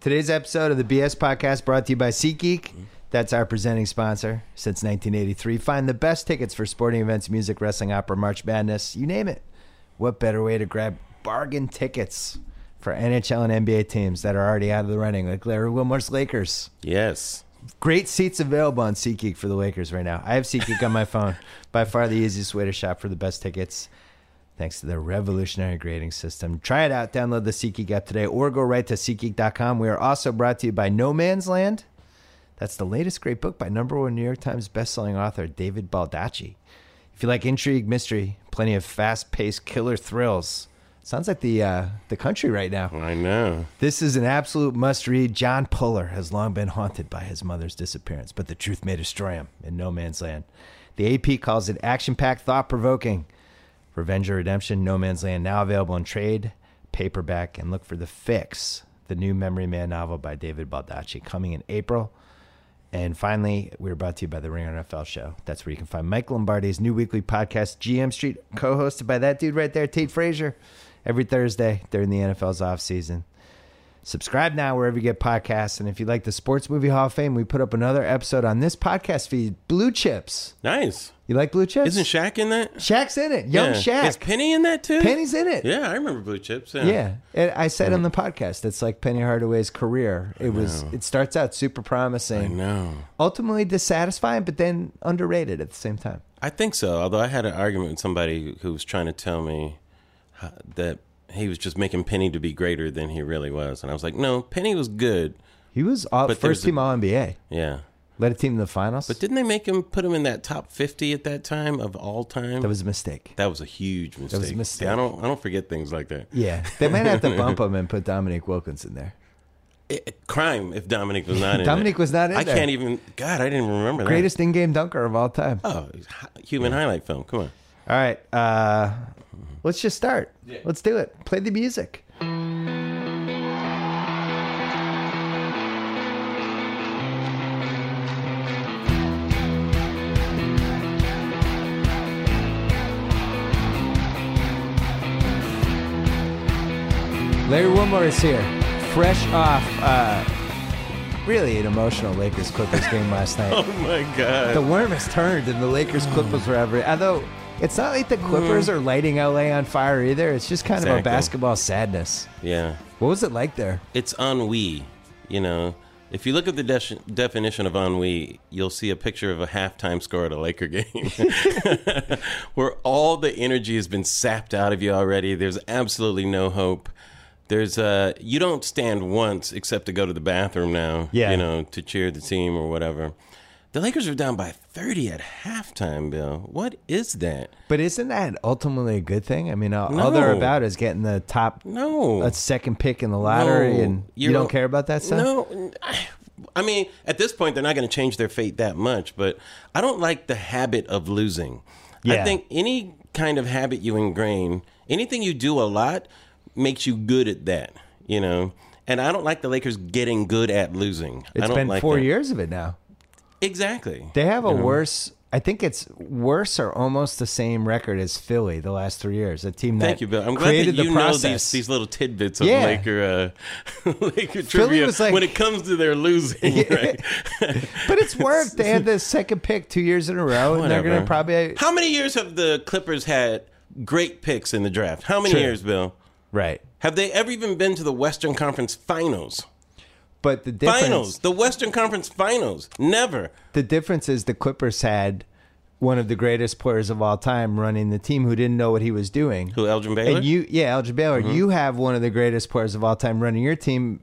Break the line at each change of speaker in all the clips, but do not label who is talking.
Today's episode of the BS Podcast brought to you by SeatGeek. That's our presenting sponsor since 1983. Find the best tickets for sporting events, music, wrestling, opera, March Madness, you name it. What better way to grab bargain tickets for NHL and NBA teams that are already out of the running, like Larry Wilmore's Lakers?
Yes.
Great seats available on SeatGeek for the Lakers right now. I have SeatGeek on my phone. By far the easiest way to shop for the best tickets. Thanks to their revolutionary grading system. Try it out. Download the SeatGeek app today or go right to SeatGeek.com. We are also brought to you by No Man's Land. That's the latest great book by number one New York Times bestselling author David Baldacci. If you like intrigue, mystery, plenty of fast paced killer thrills. Sounds like the uh, the country right now.
I know.
This is an absolute must read. John Puller has long been haunted by his mother's disappearance, but the truth may destroy him in no man's land. The AP calls it action packed, thought provoking. Revenge or Redemption, No Man's Land, now available in trade, paperback, and look for The Fix, the new Memory Man novel by David Baldacci, coming in April. And finally, we're brought to you by the Ringer NFL Show. That's where you can find Mike Lombardi's new weekly podcast, GM Street, co-hosted by that dude right there, Tate Frazier, every Thursday during the NFL's offseason. Subscribe now wherever you get podcasts. And if you like the Sports Movie Hall of Fame, we put up another episode on this podcast feed, Blue Chips.
Nice.
You like Blue Chips?
Isn't Shaq in that?
Shaq's in it. Young
yeah. Is
Shaq.
Penny in that too?
Penny's in it.
Yeah, I remember Blue Chips. Yeah.
Yeah, and I said on the podcast, it's like Penny Hardaway's career. It was. It starts out super
I
promising,
know.
ultimately dissatisfying, but then underrated at the same time.
I think so. Although I had an argument with somebody who was trying to tell me ho- that he was just making Penny to be greater than he really was, and I was like, no, Penny was good.
He was all,
But
first
there's a-
team All NBA.
Yeah.
Led a team to the finals.
But didn't they make him put him in that top fifty at that time of all time?
that was a mistake.
that was a huge mistake.
was a
See,
mistake.
I don't I don't forget things like that.
Yeah, they might have to bump him and put Dominic Wilkins in there.
It- it- crime if Dominic was not in
Dominic
it.
was not in
I
there.
can't even. God, I didn't remember that.
Greatest in-game dunker of all time. All
Oh, hi- human highlight film. Come on.
right, uh, let's just start. Let's do it. Play the music. Larry Wilmore is here, fresh off uh, really an emotional Lakers Clippers game last night.
Oh my God.
The worm has turned, and the Lakers Clippers were ever. Although it's not like the Clippers are lighting LA on fire either. It's just kind of a
Mm-hmm. Exactly.
basketball sadness.
yeah,
What was it like there?
it's ennui. You know, if you look at the de- definition of ennui, you'll see a picture of a halftime score at a Laker game, where all the energy has been sapped out of you already. There's absolutely no hope. There's uh, you don't stand once except to go to the bathroom now.
Yeah.
you know, to cheer the team or whatever. The Lakers are down by 30 at halftime, Bill. What is that?
But isn't that ultimately a good thing? I mean, all, all they're
No.
about is getting the top,
No.
a second pick in the lottery,
No.
and you
You're-
don't care about that stuff.
No, I- I mean, at this point, they're not going to change their fate that much. But I don't like the habit of losing.
Yeah.
I think any kind of habit you ingrain, anything you do a lot, makes you good at that. You know. And I don't like the Lakers getting good at losing. I
It's
don't
been
like
four
that.
years of it now.
Exactly.
They have a worse. I think it's worse or almost the same record as Philly the last three years. A team that
Thank you, Bill. I'm glad
created
that you
the
know
process.
these, these little tidbits of
Yeah.
Laker uh, Laker trivia
was like-
when it comes to their losing. Right?
But it's worked. They had the second pick two years in a row, and they're going to
Whatever.
probably
How many years have the Clippers had great picks in the draft? How many
Sure.
years, Bill?
right.
Have they ever even been to the Western Conference Finals?
But the difference,
Finals, the Western Conference Finals, never.
the difference is the Clippers had one of the greatest players of all time running the team who didn't know what he was doing.
Who Elgin Baylor? Mm-hmm.
and you, yeah, Elgin Baylor, you have one of the greatest players of all time running your team.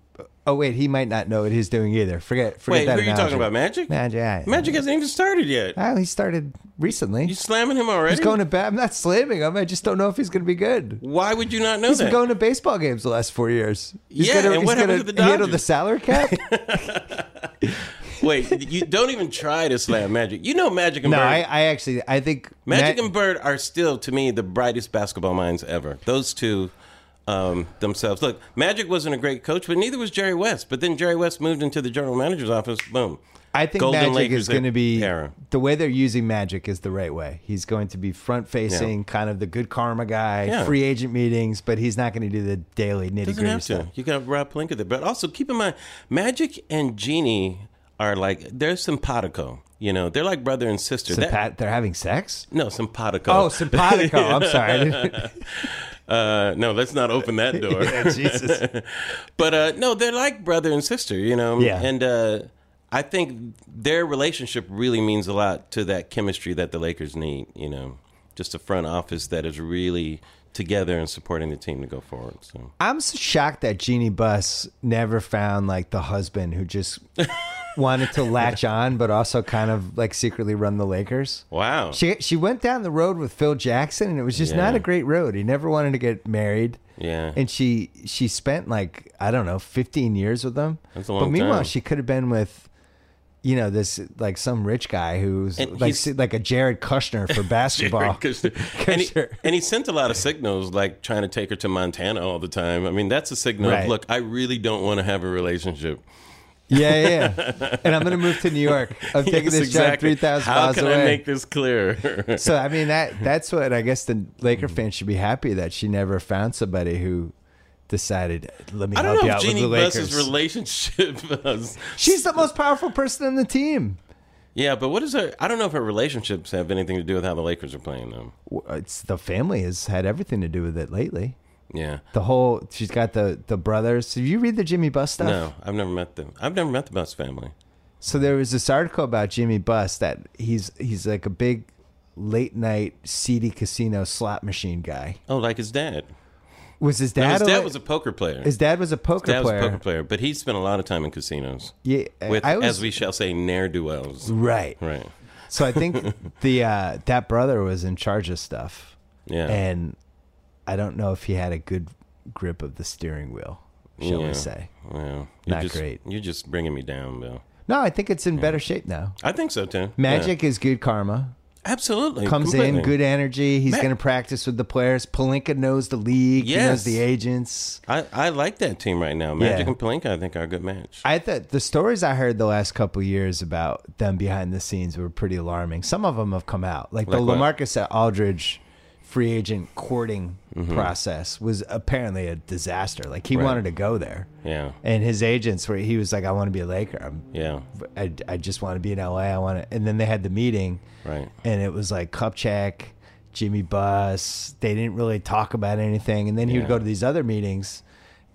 Oh wait, he might not know what he's doing either. Forget, forget
Wait, who
that.
are you talking
analogy.
about? Magic.
Magic. yeah.
Magic hasn't even started yet.
Oh, he started recently.
You slamming him already?
He's going to bat. I'm not slamming him. I just don't know if he's going to be good.
Why would you not know
He's
that?
been going to baseball games the last four years. He's
Yeah,
gonna,
and what
he's
happened
gonna
to the
handle the
Dodgers?
salary cap?
Wait, you don't even try to slam Magic. You know Magic and
no,
Bird.
I, I actually, I think
Magic
Ma-
and Bird are still, to me, the brightest basketball minds ever. Those two um, themselves. Look, Magic wasn't a great coach, but neither was Jerry West. But then Jerry West moved into the general manager's office. Boom.
I think
Golden
Magic
Lakers
is going to be
era.
the way they're using Magic is the right way. He's going to be front facing, kind of the good karma guy,
Yeah.
free agent meetings, but he's not going to do the daily nitty
Doesn't
gritty
have
stuff.
to. You got Rob Palenka there, but also keep in mind, Magic and Genie are like they're simpatico. You know, they're like brother and sister. That-
Sympat- they're having sex.
no, simpatico.
Oh, simpatico. I'm sorry.
uh, no, let's not open that door.
Jesus.
but uh, no, they're like brother and sister, you know.
Yeah.
And uh, I think their relationship really means a lot to that chemistry that the Lakers need. You know, just a front office that is really together and supporting the team to go forward. So
I'm so shocked that Jeannie Buss never found like the husband who just wanted to latch on, but also kind of like secretly run the Lakers.
wow,
She she went down the road with Phil Jackson, and it was just
Yeah.
not a great road. He never wanted to get married.
Yeah.
and she she spent like I don't know, fifteen years with him.
That's a long
but meanwhile,
time.
she could have been with. You know this like some rich guy who's
And
like
he's-
like a Jared Kushner for basketball.
Kushner. And, he,
Kushner.
and he sent a lot of signals, like trying to take her to Montana all the time. I mean, that's a signal.
Right.
Of, Look, I really don't want to have a relationship.
Yeah, yeah, yeah. and I'm gonna move to New York. I'm taking
Yes,
this
exactly.
job three thousand
How
miles
can
away.
I make this clear?
so I mean that that's what I guess the Laker
Mm.
fans should be happy that she never found somebody who decided let me
I
help
don't
you
know if
out with
Jeannie
the
Buss's
Lakers.
relationship. was-
She's the most powerful person on the team.
yeah, but what is her? I don't know if her relationships have anything to do with how the Lakers are playing them.
W- It's the family has had everything to do with it lately.
Yeah.
The whole she's got the the brothers. Did you read the Jimmy Buss stuff?
No, I've never met them. I've never met the Buss family.
So there was this article about Jimmy Buss that he's he's like a big late night seedy casino slot machine guy.
Oh, like his dad.
Was his
No,
dad?
his dad
la-
was a poker player.
his dad was a poker
dad was
player.
a poker player, but he spent a lot of time in casinos
Yeah,
with,
I was
as we shall say, ne'er do wells.
right.
Right.
So I think the uh, that brother was in charge of stuff,
Yeah.
and I don't know if he had a good grip of the steering wheel. Shall
Yeah.
we say?
Wow.
Not
just,
great.
You're just bringing me down, Bill.
No, I think it's in better shape now.
I think so too.
Magic is good karma.
Yeah. absolutely
Comes
completely.
in, good energy. He's
Ma-
going to practice with the players. Palinka knows the league. He knows
Yes.
the agents.
I, I like that team right now. Magic
Yeah.
and Palinka, I think, are a good match.
I thought the stories I heard the last couple years about them behind the scenes were pretty alarming. Some of them have come out, like, the
Like what?
Lamarcus Aldridge free agent courting process was apparently a disaster. Like he
Mm-hmm. Right.
wanted to go there,
yeah,
and his agents were. He was like, "I want to be a Laker. I'm,
yeah,
I, I just want to be in LA. I want to." And then they had the meeting,
right.
and it was like Kupchak, Jimmy Buss. They didn't really talk about anything. And then he would
Yeah.
go to these other meetings,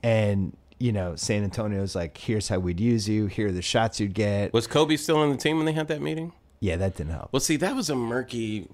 and you know, San Antonio's like, "Here's how we'd use you. Here are the shots you'd get."
Was Kobe still on the team when they had that meeting?
Yeah, that didn't help.
Well, see, that was a murky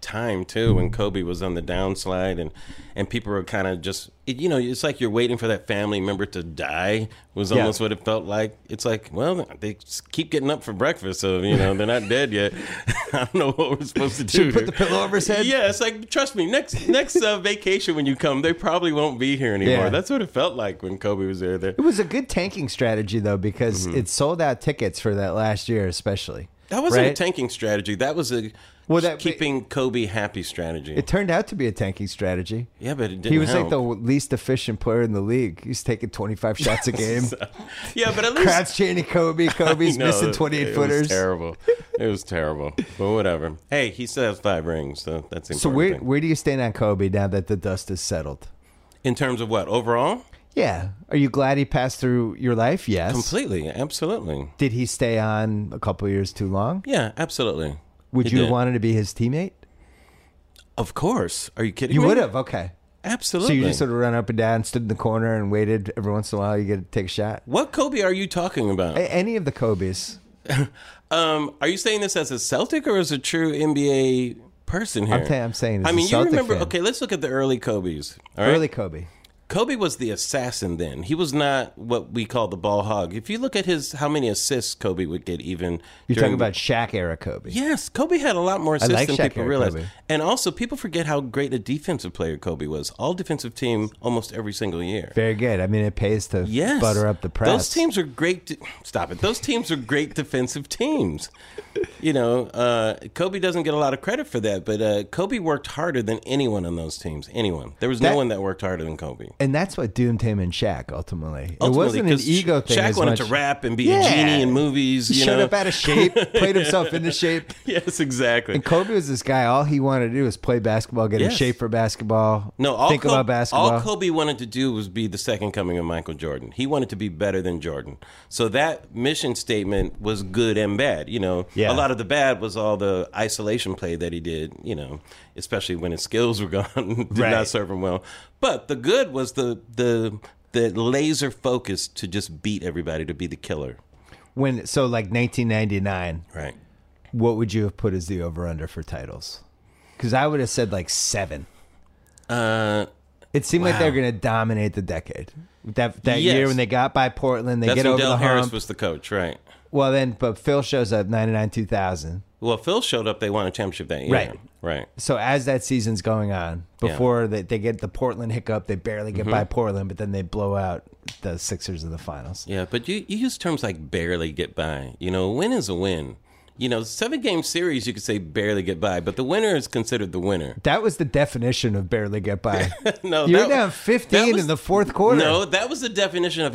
time too when Kobe was on the downslide and and people were kind of just it- you know it's like you're waiting for that family member to die was
Yeah.
almost what it felt like it's like well they just keep getting up for breakfast so you know they're not dead yet i don't know what we're supposed to do
Should put
here.
the pillow over his head?
yeah it's like trust me next next uh, vacation when you come they probably won't be here anymore
Yeah.
that's what it felt like when kobe was there there
It was a good tanking strategy though, because it sold out tickets for that last year, especially.
Mm-hmm. that wasn't a
right?
tanking strategy that was a
Well, that-
keeping kobe happy strategy
It turned out to be a tanking strategy.
yeah but it didn't
He was
help.
like the least efficient player in the league. He's taking 25 shots a game.
yeah but at least
Crowd's chanting Kobe. Kobe's
No,
missing 28
it
footers.
Was terrible. It was terrible. But whatever. Hey, he still has five rings, so that's important.
So where
thing.
where do you stand on Kobe now that the dust has settled?
in terms of what overall,
Yeah. Are you glad he passed through your life? Yes.
completely, absolutely.
Did he stay on a couple years too long?
Yeah, absolutely.
Would
He
you have
did.
wanted to be his teammate?
Of course. Are you kidding
You
me?
would have. Okay. So
Absolutely.
you just sort of run up and down, stood in the corner, and waited. Every once in a while, you get to take a shot.
what Kobe are you talking about?
A- Any of the Kobe's.
Um, are you saying this as a Celtic or as a true NBA person here?
I'm, ta- I'm saying. This
I mean,
a
you
Celtic
remember?
fan.
Okay, let's look at the early Kobe's. All right,
Early Kobe.
Kobe was the assassin then. He was not what we call the ball hog. If you look at his how many assists Kobe would get even
You're
during
talking about Shaq era Kobe.
Yes, Kobe had a lot more assists
like
than
Shaq
people
era
realize.
Kobe.
And also people forget how great a defensive player Kobe was. All defensive team almost every single year.
Very good. I mean, it pays to
Yes.
butter up the press.
Those teams are great. De- Stop it. Those teams are great defensive teams. You know, uh, Kobe doesn't get a lot of credit for that, but uh, Kobe worked harder than anyone on those teams. Anyone. There was
That-
no one that worked harder than Kobe.
And that's what doomed him and Shaq ultimately.
Ultimately,
it wasn't an
'cause
ego
Shaq
thing. as
wanted
much.
to rap and be a
Yeah.
genie in movies.
He
You
showed
know?
up out of shape, played himself into shape.
yes, exactly.
And Kobe was this guy. All he wanted to do was play basketball, get
Yes.
in shape for basketball.
No, all
think
Kobe,
about basketball.
All Kobe wanted to do was be the second coming of Michael Jordan. He wanted to be better than Jordan. So that mission statement was good and bad. You know,
Yeah.
a lot of the bad was all the isolation play that he did. You know, especially when his skills were gone, did
Right.
not serve him well. But the good was the the the laser focus to just beat everybody to be the killer.
when so like 1999,
Right.
what would you have put as the over under for titles? Because I would have said like seven.
Uh,
It seemed like they were going to dominate the decade. That that
Yes.
year when they got by Portland, they
that's
get
when
over
Del
the
Harris
hump.
was the coach, right?
well, then, but Phil shows up 99 2000.
Well, Phil showed up. They won a championship that year.
Right.
Right.
so as that season's going on,
Yeah. Mm-hmm.
before they, they get the Portland hiccup, they barely get by Portland, but then they blow out the Sixers in the finals.
Yeah, but you, you use terms like barely get by. You know, a win is a win. You know, seven game series, you could say barely get by, but the winner is considered the winner.
That was the definition of barely get by.
No,
you were
that-
down
that
15
was-
in the fourth quarter.
No, that was the definition of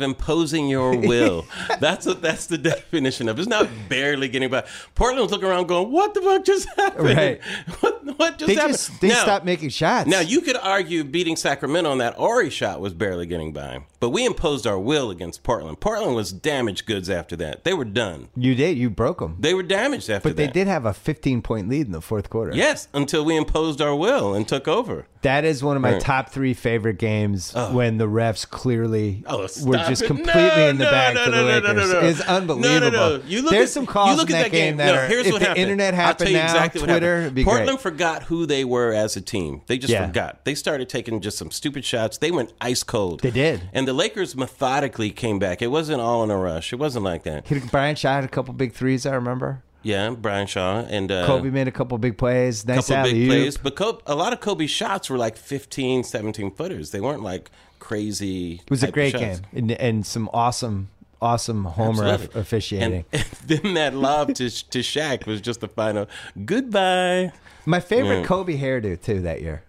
imposing your will. that's what that's the definition of. It's not barely getting by. Portland was looking around going, "What the fuck just happened?
Right.
What, what just
they
happened?"
just they
Now-
stopped making shots.
Now you could argue beating Sacramento on that Ori shot was barely getting by, but we imposed our will against Portland. Portland was damaged goods after that. They were done.
you did. You broke them.
They were damaged after
But
that.
they did have a 15 point lead in the fourth quarter.
Yes, until we imposed our will and took over.
That is one of my
Right.
top three favorite games when the refs clearly
Oh,
were
stop
just
it.
completely
No,
in the
no,
bag
no,
for the
no, no,
Lakers.
no, no, no.
It's
No, no, no.
unbelievable.
You look
There's
at-
some calls
you look
in
at
that, game, that
No,
are,
here's
if
what
the
happened.
internet
I'll
happened
tell you
now,
exactly what
Twitter,
happened.
it'd be
Portland
great.
forgot who they were as a team. They just
Yeah.
forgot. They started taking just some stupid shots. They went ice cold.
They did.
And the Lakers methodically came back. It wasn't all in a rush. It wasn't like that.
Hit- Brian Shaw had a couple big threes, I remember.
Yeah, Brian Shaw and uh,
Kobe made a couple big plays. Nice
couple
alley
big plays. But Kobe, a lot of Kobe's shots were like 15, 17 footers. They weren't like crazy.
It was a
type of
great
shots.
game and, and some awesome, awesome homer aff-
Absolutely.
officiating.
And then that lob to to Shaq was just the final goodbye.
my favorite
Yeah.
Kobe hairdo too that year.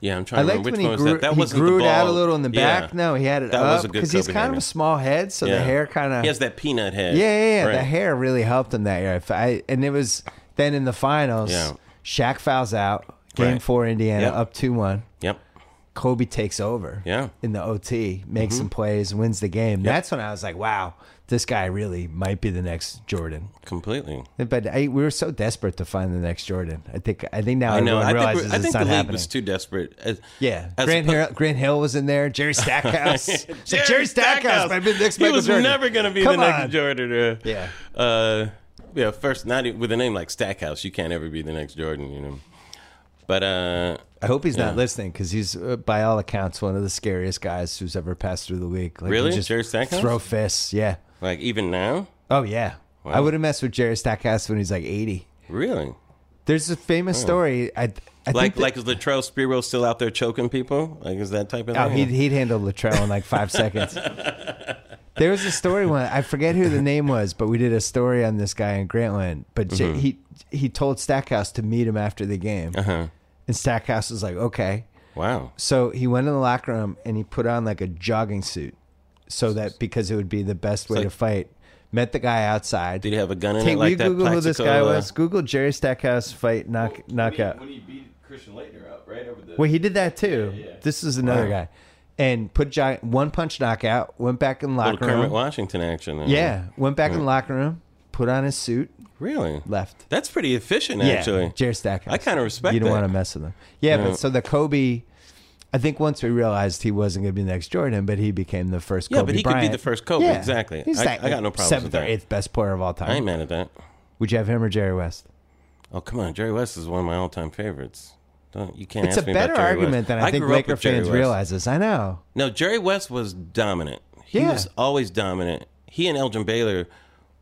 Yeah, I'm trying
I
to
liked
remember
when
which
he
one
grew,
was that. That
he
wasn't
grew
the
it out a
ball.
little in the
Yeah.
back. No, he had it
That
up
was a good
he's
Kobe
kind of
hairdo.
a small head, so the
Yeah.
hair kind of
He has that peanut head.
uh, Yeah, yeah, yeah. The
Right.
hair really helped him that year. If I, and it was then in the finals,
Yeah.
Shaq fouls out, game
Right.
four, Indiana,
Yep.
up 2 1.
Yep.
Kobe takes over
Yeah. Mm-hmm.
in the OT, makes some plays, wins the game. That's when I was like, wow, this guy really might be the next Jordan.
Completely.
But I, we were so desperate to find the next Jordan. I think I think now
I know.
everyone
I think,
realizes
we're- I
it's
think the
not
league
happening.
was too desperate. As-
yeah,
as
Grant,
oppo-
Hill, Grant Hill was in there. Jerry Stackhouse. It's like, Jerry, Stackhouse, might be the next
He
Michael
was
Jordan.
never going to be
Come
the
on.
next Jordan. uh,
Yeah.
Uh, yeah. First, not e- with a name like Stackhouse, you can't ever be the next Jordan. You know. But uh,
I hope he's not
Yeah.
listening because he's, uh, by all accounts, one of the scariest guys who's ever passed through the league. Like,
Really?
he Just
Jerry Stackhouse?
Throw fists. Yeah.
like even now,
Oh, yeah. I would have messed with Jerry Stackhouse when he's like 80.
really.
There's a famous story. I, I
Oh.
think
Like,
that-
like is Latrell Spiro still out there choking people? Like, is that type of
Oh,
thing?
he'd, he'd handle Latrell in like five seconds. There was a story one I forget who the name was, but we did a story on this guy in Grantland. But J-
Mm-hmm.
he he told Stackhouse to meet him after the game,
Uh-huh.
and Stackhouse was like, "Okay."
Wow.
So he went in the locker room and he put on like a jogging suit, so that because it would be the best way
like-
to fight. Met the guy outside.
Did he have a gun in
Hey,
it
will you
like that?
Google who this guy
Plaxico, uh,
was? Google Jerry Stackhouse fight knock knockout.
When he beat Christian Leitner up, right over the.
Well, he did that too.
Yeah, yeah.
This is another
Wow.
guy, and put giant one punch knockout. Went back in
Little
locker
Kermit
room.
Washington action. uh,
Yeah, went back in locker room. Put on his suit,
Really?
left.
That's pretty efficient,
yeah,
actually.
Jerry Stackhouse.
I kinda respect
You don't
that.
want to mess with him. Yeah, but so the Kobe. I think once we realized he wasn't going to be the next Jordan, but he became the first.
Yeah,
Kobe
but he could be
Bryant.
the first Kobe,
Yeah.
exactly.
He's
I-
like
I got no problems
Seventh
with
or
that.
eighth best player of all time.
I ain't mad at that.
Would you have him or Jerry West?
Oh, come on. Jerry West is one of my all time favorites. Don't you can't.
It's a
ask me about
better
Jerry
argument
West.
than I, think
grew up
Laker
with Jerry
fans
West.
realize this. I know.
No, Jerry West was dominant. He
Yeah.
was always dominant. He and Elgin Baylor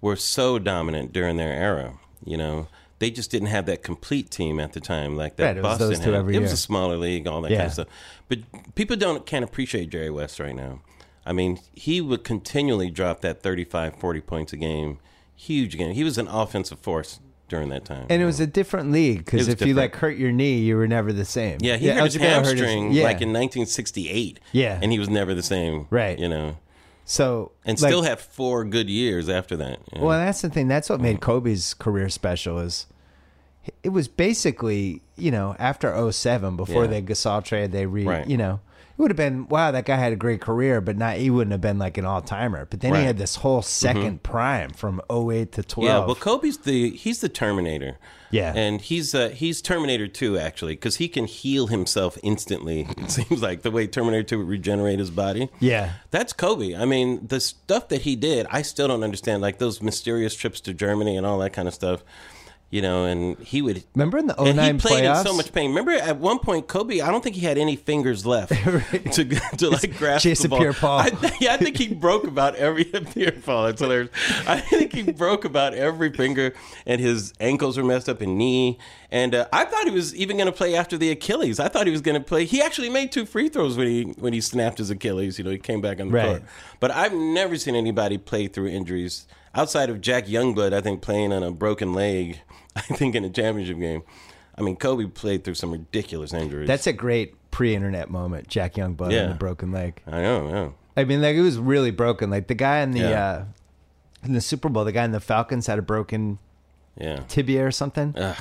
were so dominant during their era. You know, they just didn't have that complete team at the time like that.
Right, it was
Boston
those two
had.
every
it was
year.
a smaller league, all that
Yeah.
kind of stuff. But people don't can't appreciate Jerry West right now. I mean, he would continually drop that 35, 40 points a game, huge game. He was an offensive force during that time.
And it was a different league because
was
if you
different.
like hurt your knee, you were never the same.
yeah, he hurt his
Elgin Baylor hurt his-
hamstring
yeah.
like in 1968.
Yeah.
and he was never the same.
Right.
you know.
so
and
like,
still had four good years after that. you know.
Well, that's the thing. That's what made Kobe's career special is it was basically, you know, after 07, before
Yeah.
they Gasol trade, they re,
Right.
you know, it would have been, wow, that guy had a great career, but not, he wouldn't have been like an all timer. But then he
Right. Mm-hmm.
had this whole 2nd prime from 08 to 12.
yeah, well, Kobe's the he's the Terminator.
Yeah.
and he's uh, he's Terminator Two actually because he can heal himself instantly. It seems like the way Terminator Two would regenerate his body.
Yeah.
that's Kobe. I mean, the stuff that he did, I still don't understand. Like those mysterious trips to Germany and all that kind of stuff. You know, and he would
Remember in the 09
and he played
playoffs?
in so much pain. Remember at one point, Kobe. I don't think he had any fingers left to to like grasp
Jason
the ball.
Pierre-Paul.
I, th- yeah, I think he broke about every Pierre Paul. It's hilarious. I think he broke about every finger, and his ankles were messed up and knee. And uh, I thought he was even going to play after the Achilles. I thought he was going to play. He actually made two free throws when he when he snapped his Achilles. You know, he came back on the
Right.
court. But I've never seen anybody play through injuries outside of Jack Youngblood. I think playing on a broken leg. I think in a championship game. I mean, Kobe played through some ridiculous injuries.
That's a great pre internet moment, Jack Youngblood
Yeah.
and the broken leg.
I know. Yeah.
I mean, like it was really broken. Like the guy in the
Yeah.
uh, in the Super Bowl, the guy in the Falcons had a broken
Yeah.
tibia or something.
Ugh.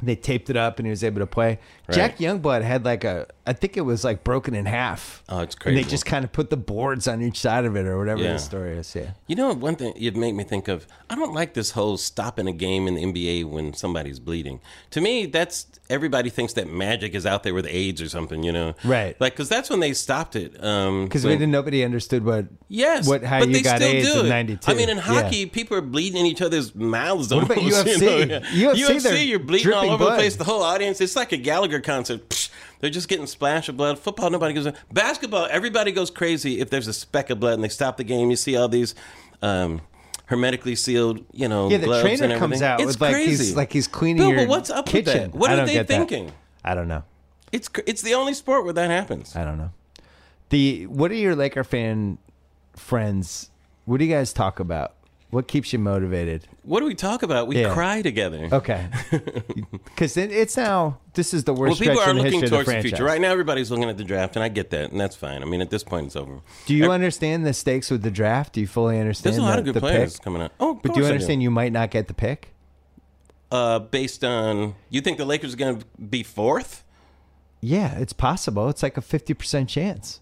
They taped it up and he was able to play. Jack Youngblood had like a, I think it was like broken in half.
Oh, it's
And
crazy.
they just kind of put the boards on each side of it or whatever
Yeah.
the story is. Yeah.
You know, one thing it made me think of. I don't like this whole stopping a game in the NBA when somebody's bleeding. To me, that's everybody thinks that Magic is out there with AIDS or something. You know,
Right.
Like because that's when they stopped it. um,
Because
Because
we didn't, nobody understood what.
Yes,
What, how
but
you
they
got
still
AIDS
do
in
it.
92.
I mean, in
Yeah.
hockey, people are bleeding in each other's mouths. What
about
almost,
UFC?
You know? yeah.
UFC, they're
you're bleeding all
dripping
over the
blood.
place. The whole audience, it's like a Gallagher concert. Psh, they're just getting splashed of blood. Football, nobody goes. Basketball, everybody goes crazy if there's a speck of blood and they stop the game. You see all these. Um, Hermetically sealed, you know.
Yeah, the
gloves
trainer
and
comes
everything.
out
it's
with, like, he's-
crazy.
like, he's cleaning
Bill,
your
but what's up
kitchen.
with that? What
I
are
don't
they
get that.
thinking?
I don't know.
It's cr- it's the only sport where that happens.
I don't know. The what are your Laker fan friends? What do you guys talk about? What keeps you motivated?
What do we talk about? We
Yeah.
cry together.
Okay, because it's now this is the
Well,
worst
people
stretch
are
in the
looking
history of
towards
the
the,
franchise.
future. Right now, everybody's looking at the draft, and I get that, and that's fine. I mean, at this point, it's over.
Do you understand the stakes with the draft? Do you fully understand?
There's a lot
the,
of good
the
players
pick?
coming up. Oh, of
But do you
course I
understand you might not get the pick?
Uh, based on you think the Lakers are going to be fourth?
Yeah, it's possible. It's like a fifty percent chance.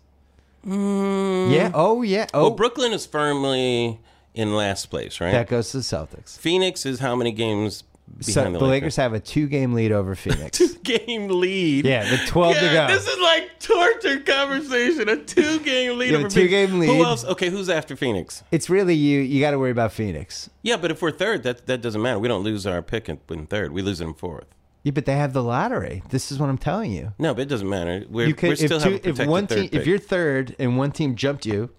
Mm.
Yeah. Oh yeah. Oh,
Well, Brooklyn is firmly in last place, right?
that goes to the Celtics.
Phoenix is how many games behind
So
the,
the Lakers
Lakers?
have a two-game lead over Phoenix.
Game lead.
yeah, with twelve to go.
God, This is like torture conversation. A two game lead.
You have
over
a two-game
Phoenix.
lead.
Who else? Okay, who's after Phoenix?
it's really you. You got to worry about Phoenix.
Yeah, but if we're third, that that doesn't matter. We don't lose our pick in, in third. We lose it in fourth.
Yeah, but they have the lottery. This is what I'm telling you.
No, but it doesn't matter. We're,
You
we're
could
still
if, two,
have a
if
protected
one
third
team
pick.
if you're third and one team jumped you,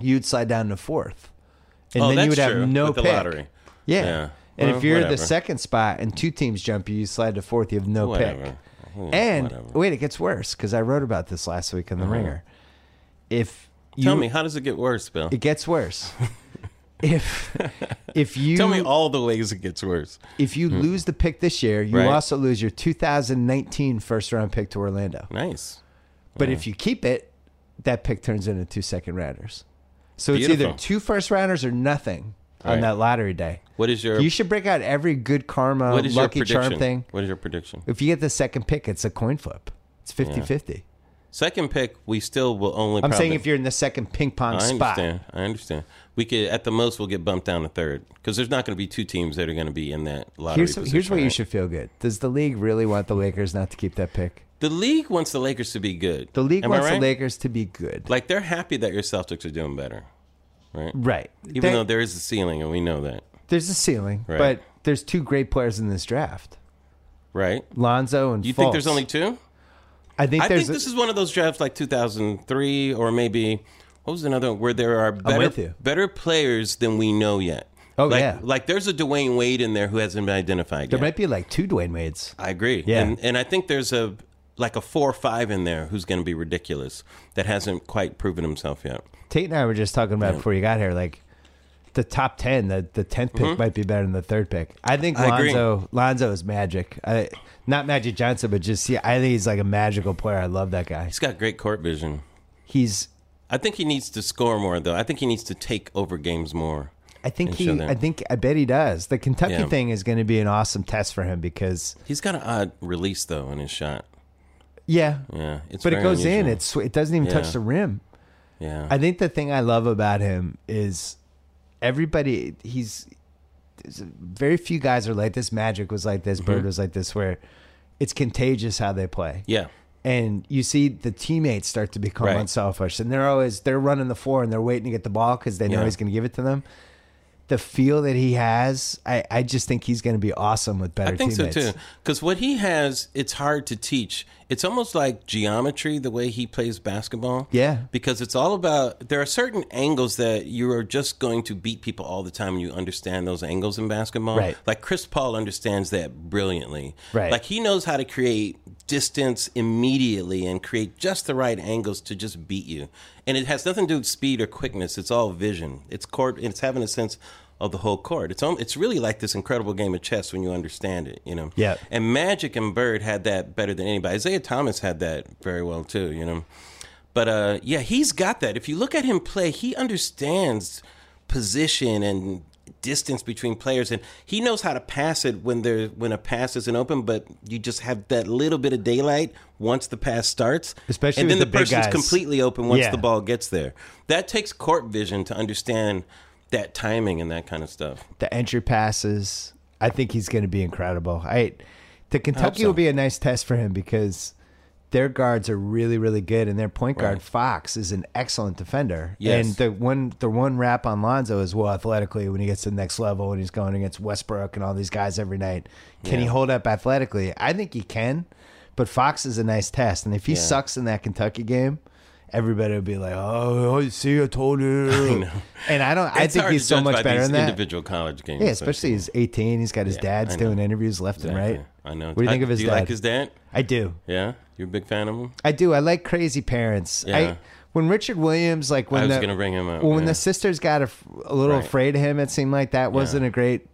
you'd slide down to fourth, and
Oh,
then
that's
you would have
true,
no
with the
pick.
lottery.
Yeah.
Yeah.
And
Well,
if you're the
whatever.
second spot and two teams jump you, you slide to fourth. You have no pick.
Whatever. Yeah,
And
whatever. Uh-huh.
wait, it gets worse because I wrote about this last week in the Ringer. If you,
tell me, how does it get worse, Bill?
it gets worse. if if you
tell me all the ways it gets worse.
if you lose the pick this year, you
Hmm. Right.
also lose your 2019 first round pick to Orlando.
Nice.
But if you keep it, that pick turns into two second rounders. So it's either
Beautiful.
two first rounders or nothing on
Right.
that lottery day.
What is your
You should break out every good karma,
what is
lucky
your prediction?
charm thing.
What is your prediction?
If you get the second pick, it's a coin flip. It's 50 50.
Second pick, we still will only.
I'm
probably,
saying if you're in the second ping pong
I
spot.
understand. I understand. We could at the most we'll get bumped down to third because there's not going to be two teams that are going to be in that lottery
Here's,
position.
here's where you
right?
should feel good. Does the league really want the Lakers not to keep that pick?
The league wants the Lakers to be good.
The league
Am I
wants the
right?
Lakers to be good.
Like they're happy that your Celtics are doing better, right?
right.
Even
They-
though there is a ceiling, and we know that.
There's a ceiling,
Right.
but there's two great players in this draft.
right?
Lonzo and
You
Fultz.
think there's only two?
I think
I
there's
think this is one of those drafts like 2003 or maybe what was another one where there are
with you.
better better players than we know yet.
Oh,
like,
yeah.
like there's a Dwayne Wade in there who hasn't been identified
there
yet.
might be like two Dwayne Wades.
I agree.
Yeah.
And, and I think there's a like a four or five in there who's going to be ridiculous that hasn't quite proven himself yet.
Tate and I were just talking about before you got here, like the top ten, the the tenth pick might be better than the third pick. I think
Mm-hmm. I agree.
Lonzo Lonzo is magic. I, not Magic Johnson, but just yeah, I think he's like a magical player. I love that guy.
He's got great court vision.
He's
I think he needs to score more though. I think he needs to take over games more.
I think
And
he
show them.
I think I bet he does. The Kentucky
Yeah.
thing is gonna be an awesome test for him because
He's got an odd release though in his shot.
yeah.
Yeah, it's
But it
very
goes in,
unusual.
it's sw- it doesn't even touch
Yeah.
the rim.
yeah.
I think the thing I love about him is everybody. He's there's very few guys are like this. Magic was like this.
Mm-hmm.
Bird was like this. Where it's contagious how they play.
yeah.
And you see the teammates start to become
Right.
unselfish, and they're always they're running the floor and they're waiting to get the ball because they know
Yeah.
he's going to give it to them. The feel that he has, I, I just think he's going to be awesome with better
I think
teammates.
so too. Because what he has, it's hard to teach. It's almost like geometry, the way he plays basketball.
Yeah.
Because it's all about, there are certain angles that you are just going to beat people all the time and you understand those angles in basketball.
Right.
Like Chris Paul understands that brilliantly.
Right.
Like he knows how to create distance immediately and create just the right angles to just beat you. And it has nothing to do with speed or quickness. It's all vision. It's court. It's having a sense of the whole court. It's al- it's really like this incredible game of chess when you understand it. You know.
Yeah.
And Magic and Bird had that better than anybody. Isaiah Thomas had that very well too. You know. But uh, yeah, he's got that. If you look at him play, he understands position and distance between players, and he knows how to pass it when there when a pass isn't open. But you just have that little bit of daylight once the pass starts,
Especially
and then
with the
the
big
person's
guys.
completely open once
Yeah.
the ball gets there. That takes court vision to understand that timing and that kind of stuff.
the entry passes. I think he's going to be incredible. I the Kentucky
so.
will be a nice test for him because their guards are really really good and their point guard
Right.
Fox is an excellent defender.
Yes.
And the one the one rap on Lonzo is well athletically when he gets to the next level and he's going against Westbrook and all these guys every night. Can he hold up athletically? I think he can. But Fox is a nice test and if he sucks in that Kentucky game, everybody would be like, "Oh, I see I told you." And I don't I
It's
think
hard
he's
to
so
judge by
much better
these
than that.
individual college games.
Yeah,
so-
especially he's 18. He's got his dad's
I know.
doing interviews left and right.
I know.
What do you think of his
Do you
dad?
like his dad?
I do.
Yeah, you're a big fan of him.
I do. I like crazy parents.
Yeah.
I when Richard Williams like when
I was
the
gonna bring him up,
well, when
yeah.
the sisters got a, f- a little
Right.
afraid of him, it seemed like that wasn't a great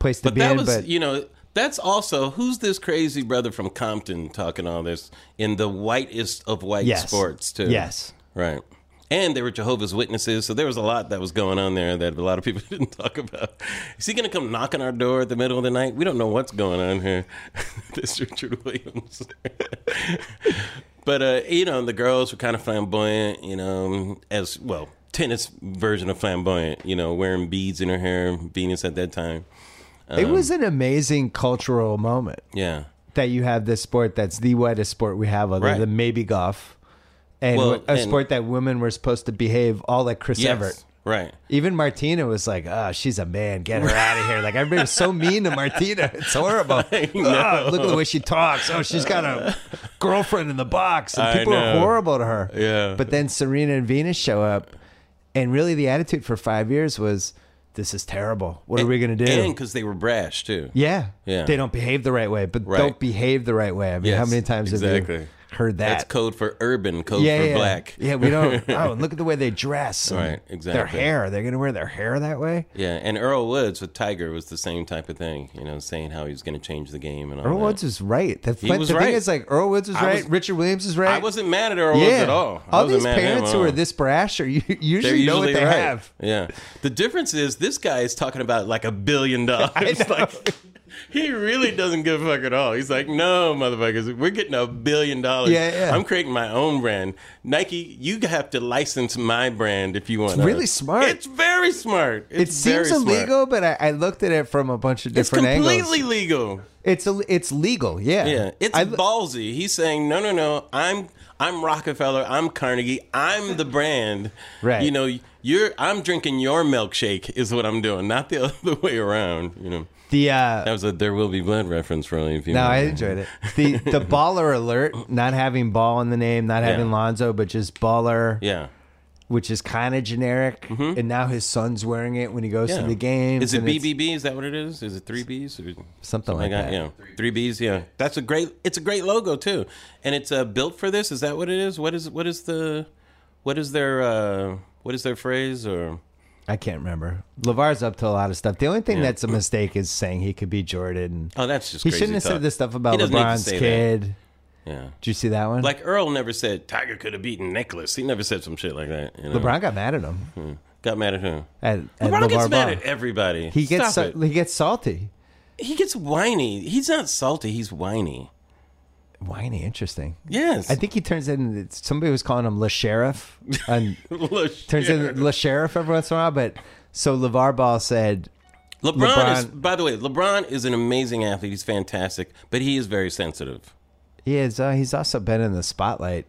place to
But
be
that
in.
was,
but
you know, that's also who's this crazy brother from Compton talking all this in the whitest of white
Yes.
sports too.
Yes.
right. And they were Jehovah's Witnesses, so there was a lot that was going on there that a lot of people didn't talk about. Is he going to come knocking our door at the middle of the night? We don't know what's going on here. this Richard Williams. But uh, you know, the girls were kind of flamboyant, you know, as well tennis version of flamboyant, you know, wearing beads in her hair. Venus at that time,
it
Um,
was an amazing cultural moment
yeah.
that you have this sport that's the whitest sport we have, other
Right.
than maybe golf, and
Well,
a
and-
sport that women were supposed to behave all like Chris
Yes,
Everett.
right.
Even Martina was like, "Oh, she's a man. Get her out of here!" Like everybody was so mean to Martina. It's horrible.
know.
Oh, look at the way she talks. Oh, she's got a girlfriend in the box, and
I
people are
know.
horrible to her.
Yeah.
But then Serena and Venus show up, and really the attitude for five years was, "This is terrible. What are we gonna do?"
And because they were brash too.
yeah,
Yeah.
They don't behave the right way, but
Right.
don't behave the right way. I mean, how
Yes,
many times have
exactly.
you heard that?
That's code for urban, code
yeah,
for
yeah.
black.
Yeah, we don't. Oh, and look at the way they dress. and
Right,
Their
exactly.
hair. They're gonna wear their hair that way.
Yeah, and Earl Woods with Tiger was the same type of thing, you know, saying how he was going to change the game and all
Earl
that.
Woods is right. The, the
was
thing
right.
is, like, Earl Woods is
I
right.
was-
Richard Williams is right.
I wasn't mad at Earl
yeah.
Woods at all. I
All
wasn't
these
mad at him
parents
at
who
all.
are this brash are u-
They're
usually know what they
right.
have.
Yeah. The difference is this guy is talking about like a billion dollars. like he really doesn't give a fuck at all. He's like, no, motherfuckers, we're getting a billion dollars.
Yeah, yeah.
I'm creating my own brand. Nike, you have to license my brand if you want.
It's really
us.
smart.
It's very smart.
It
It's very
seems
smart.
illegal, but I, I looked at it from a bunch of
It's
different
completely
angles.
legal.
It's a, it's legal. Yeah.
Yeah, it's
I,
ballsy. He's saying, no, no, no. I'm I'm Rockefeller. I'm Carnegie. I'm the brand.
Right.
You know, you're. I'm drinking your milkshake is what I'm doing, not the other way around. You know,
The uh,
that was a "There Will Be Blood" reference for only if you.
No,
know.
I enjoyed it. The the baller alert, not having ball in the name, not having Lonzo, but just baller,
Yeah. Mm-hmm.
which is kind of generic. And now his son's wearing it when he goes
Yeah.
to the games.
Is it
and it's
BBB? Is that what it is? Is it three Bs or
Something like that.
Yeah, three Bs. Yeah, that's a great. It's a great logo too, and it's uh, built for this. Is that what it is? What is what is the what is their uh, what is their phrase or
I can't remember. Lavar's up to a lot of stuff. The only thing
Yeah.
that's a mistake is saying he could be Jordan.
oh that's just
he
crazy
shouldn't have
talk.
said this stuff
He
about
doesn't need to
LeBron's
say
kid.
that. Yeah,
Did you see that one?
like Earl never said Tiger could have beaten Nicholas. He never said some shit like that. You know?
LeBron got mad at him.
got mad at who?
At, at
Hmm. LeBron gets
LeVar
mad
Ball.
at everybody.
He gets
Stop
so, he gets salty.
it. he gets whiny. He's not salty. He's whiny.
Whiny, interesting.
Yes,
I think he turns in. Somebody was calling him Le Sheriff on
Look,
turns
yeah.
into Le Sheriff every once in a while. But so LeVar Ball said,
LeBron, is,
LeBron-
by the way, LeBron is an amazing athlete. He's fantastic, but he is very sensitive.
yeah, he's, uh, he's also been in the spotlight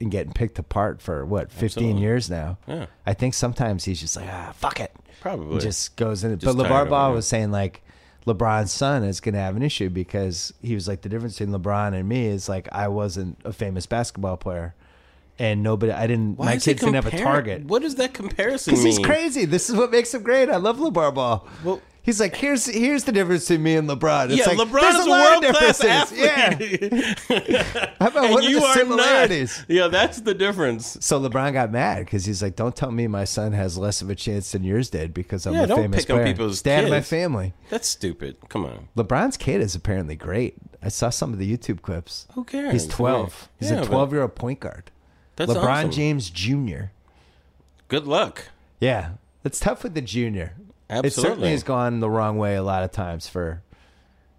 and getting picked apart for what, 15
Absolutely.
years now.
Yeah.
I think sometimes he's just like, ah, fuck it.
Probably.
And just goes in it. But
Just tired of
LeVar
it,
Ball
yeah.
was saying, like, LeBron's son is going to have an issue because he was like, the difference between LeBron and me is like, I wasn't a famous basketball player. And nobody, I didn't, my
is he
kids didn't have a
compar-
target.
What does that comparison
Because
mean?
he's crazy. This is what makes him great. I love LeBar Ball.
Well-
he's like, here's here's the difference between me and LeBron. It's
Yeah,
like,
LeBron
there's
is a
lot of
world class athlete.
differences. Yeah. How about what are the similarities?
not. Yeah, that's the difference.
So LeBron got mad because he's like, "Don't tell me my son has less of a chance than yours did because I'm
Yeah,
a
don't
famous
pick on
player.
people's
Stay out of my
kids."
family."
That's stupid. Come on.
LeBron's kid is apparently great. I saw some of the YouTube clips.
Who cares?
He's 12. He's
Yeah,
a
but
12 year old point guard.
That's
LeBron
awesome.
James Jr.
Good luck.
Yeah, it's tough with the junior. It certainly
Absolutely.
has gone the wrong way a lot of times for,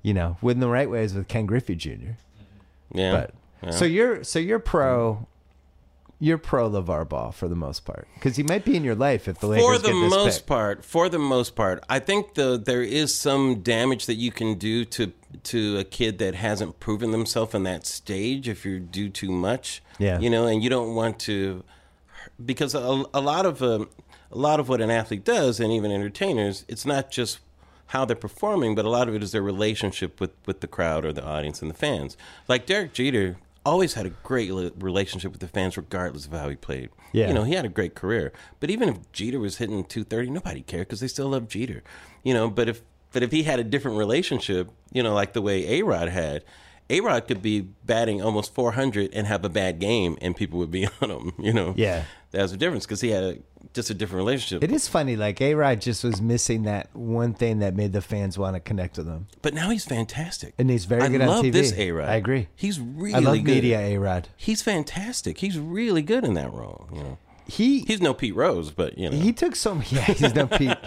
you know, win the right ways with Ken Griffey Jr.
Yeah.
But
Yeah.
so you're so you're pro, you're pro Levar Ball for the most part because he might be in your life if the Lakers
for the
get this
most
pick.
part, for the most part, I think the there is some damage that you can do to to a kid that hasn't proven themselves in that stage if you do too much.
Yeah.
you know, and you don't want to because a, a lot of um, a lot of what an athlete does, and even entertainers, it's not just how they're performing, but a lot of it is their relationship with with the crowd or the audience and the fans. Like Derek Jeter. Always had a great li- relationship with the fans, regardless of how he played.
Yeah.
you know, he had a great career. But even if Jeter was hitting 230, nobody cared because they still love Jeter. You know, but if but if he had a different relationship, you know, like the way A Rod had, A Rod could be batting almost 400 and have a bad game, and people would be on him. You know,
Yeah.
that was the difference because he had a, just a different relationship.
It is funny, like A Rod just was missing that one thing that made the fans want to connect with him,
but now he's fantastic,
and he's very
I
good
love
on TV.
This A Rod,
I agree.
He's really
I love
good.
media A Rod.
He's fantastic. He's really good in that role. You know,
He
he's no Pete Rose, but you know,
He took some. Yeah, he's not Pete.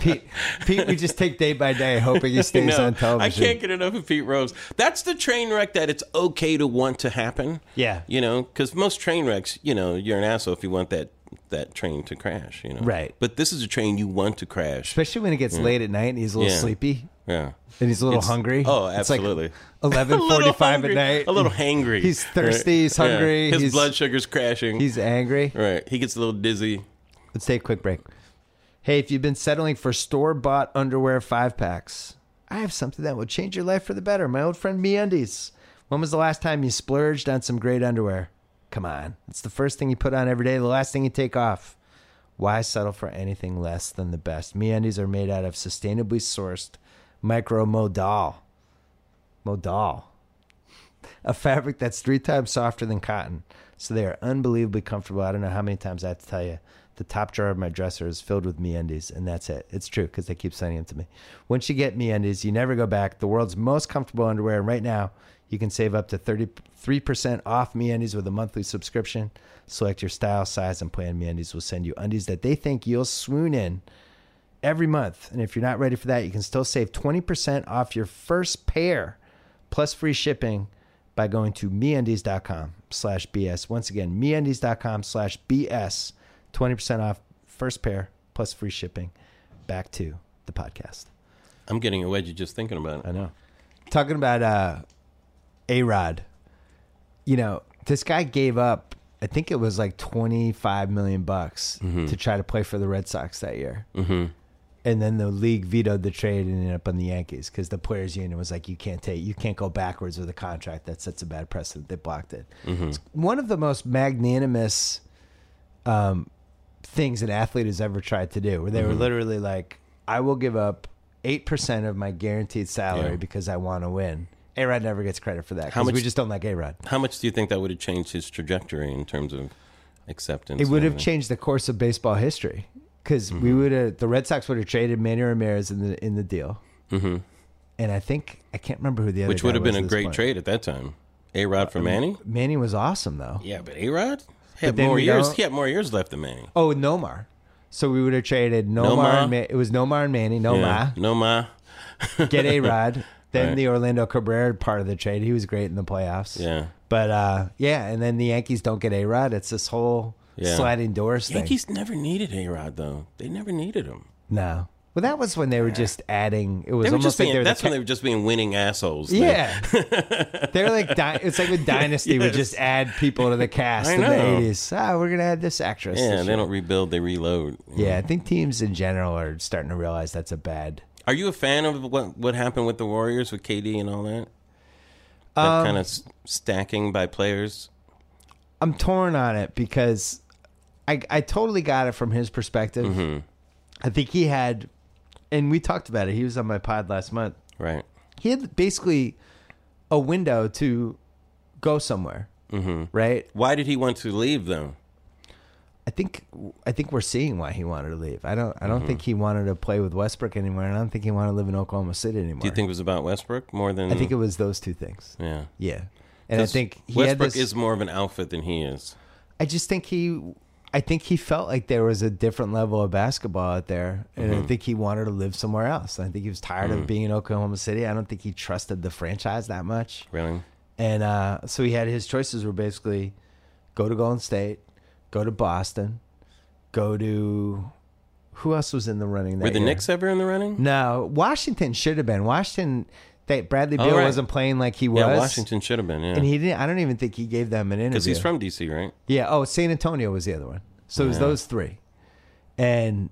Pete. Pete, we just take day by day, hoping he stays
No,
on television.
I can't get enough of Pete Rose. That's the train wreck that it's okay to want to happen.
Yeah.
You know, because most train wrecks, you know, you're an asshole if you want that that train to crash. You know.
Right.
But this is a train you want to crash.
Especially when it gets late at night and he's a little
Mm. Yeah.
sleepy
Yeah.
and he's a little hungry.
Oh,
It's like
absolutely.
Eleven
A little
forty-five at
hungry,
night.
A little hangry.
He's thirsty, he's hungry,
His
he's-
blood sugar's crashing.
He's angry.
right. He gets a little dizzy.
Let's take a quick break. Hey, if you've been settling for store bought underwear five packs, I have something that will change your life for the better. My old friend MeUndies. When was the last time you splurged on some great underwear? Come on, it's the first thing you put on every day, the last thing you take off. Why settle for anything less than the best? MeUndies are made out of sustainably sourced micro modal. Modal a fabric that's three times softer than cotton. So they are unbelievably comfortable. I don't know how many times I have to tell you. The top drawer of my dresser is filled with me undies, and that's it. It's true because they keep sending them to me. Once you get me undies, you never go back. The world's most comfortable underwear. And right now, you can save up to 33% off me undies with a monthly subscription. Select your style, size, and plan. Me undies will send you undies that they think you'll swoon in every month. And if you're not ready for that, you can still save 20% off your first pair plus free shipping by going to meandies.com slash BS. Once again, meandies.com slash BS. 20% off first pair plus free shipping. Back to the podcast.
I'm getting a wedgie just thinking about it.
I know. Talking about uh, A Rod, you know, This guy gave up. I think it was like twenty five million bucks
Mm-hmm.
to try to play for the Red Sox that year. Mm-hmm. And then the league vetoed the trade and ended up on the Yankees because the players' union was like, "You can't take, you can't go backwards with a contract that sets a bad precedent." They blocked it.
Mm-hmm.
It's one of the most magnanimous um, things an athlete has ever tried to do, where they were
Mm-hmm.
literally like, I will give up 8% of my guaranteed salary
Yeah.
because I want to win. A Rod never gets credit for that
How
because we
much-
just don't like A Rod.
How much do you think that would have changed his trajectory in terms of acceptance?
It would
and
have changed the course of baseball history because we
Mm-hmm.
would have, the Red Sox would have traded Manny Ramirez in the, in the deal.
everything? Mhm.
And I think, I can't remember who the other
Which
guy
would have been
was
a
at this Um,
great
point.
trade at that time. A Rod for Manny.
Manny was awesome though.
Yeah, but A Rod had
then
more
we
years.
don't-
He had more years left than Manny.
Oh, Nomar. So we would have traded Nomar.
Nomar?
And Ma- it was Nomar and Manny. Nomar.
Yeah. No ma.
get a Rod. Then
Right.
the Orlando Cabrera part of the trade. He was great in the playoffs.
Yeah.
But uh, yeah, and then the Yankees don't get a Rod. It's this whole
Yeah.
sliding doors thing.
Yankees never needed A Rod though. They never needed him.
No. Well, that was when they were just adding. It was
They were
almost
just
like
being,
they were
that's
the
when they were just being winning assholes.
ca-
They-
yeah. They're like di- it's like with Dynasty would
Yes.
just add people to the cast
I
in the
know.
eighties. Ah, we're gonna add this actress.
Yeah,
this
they
year.
don't rebuild, they reload.
Yeah, I think teams in general are starting to realize that's a bad.
Are you a fan of what what happened with the Warriors with KD and all that? That
Um,
kind of s- stacking by players.
I'm torn on it because I I totally got it from his perspective.
Mm-hmm.
I think he had, and we talked about it. He was on my pod last month.
Right.
He had basically a window to go somewhere, mm-hmm. right?
Why did he want to leave though?
I think I think we're seeing why he wanted to leave. I don't I don't think
Mm-hmm.
he wanted to play with Westbrook anymore, and I don't think he wanted to live in Oklahoma City anymore.
Do you think it was about Westbrook more than
I think it was those two things.
Yeah.
Yeah, and I
'Cause
think he had
Westbrook
this,
is more of an outfit than he is.
I just think he, I think he felt like there was a different level of basketball out there, and
Mm-hmm.
I think he wanted to live somewhere else. I think he was tired
Mm.
of being in Oklahoma City. I don't think he trusted the franchise that much,
Really?
and uh, so he had his choices were basically go to Golden State, go to Boston, go to who else was in the running? That
Were the
year?
Knicks ever in the running?
No, Washington should have been Washington. That Bradley
Oh,
Beal
right.
wasn't playing like he was.
Yeah, Washington should have been.
And
Yeah,
he didn't. I don't even think he gave them an interview.
because he's from DC, right?
Yeah. Oh, San Antonio was the other one. So it was those three. And,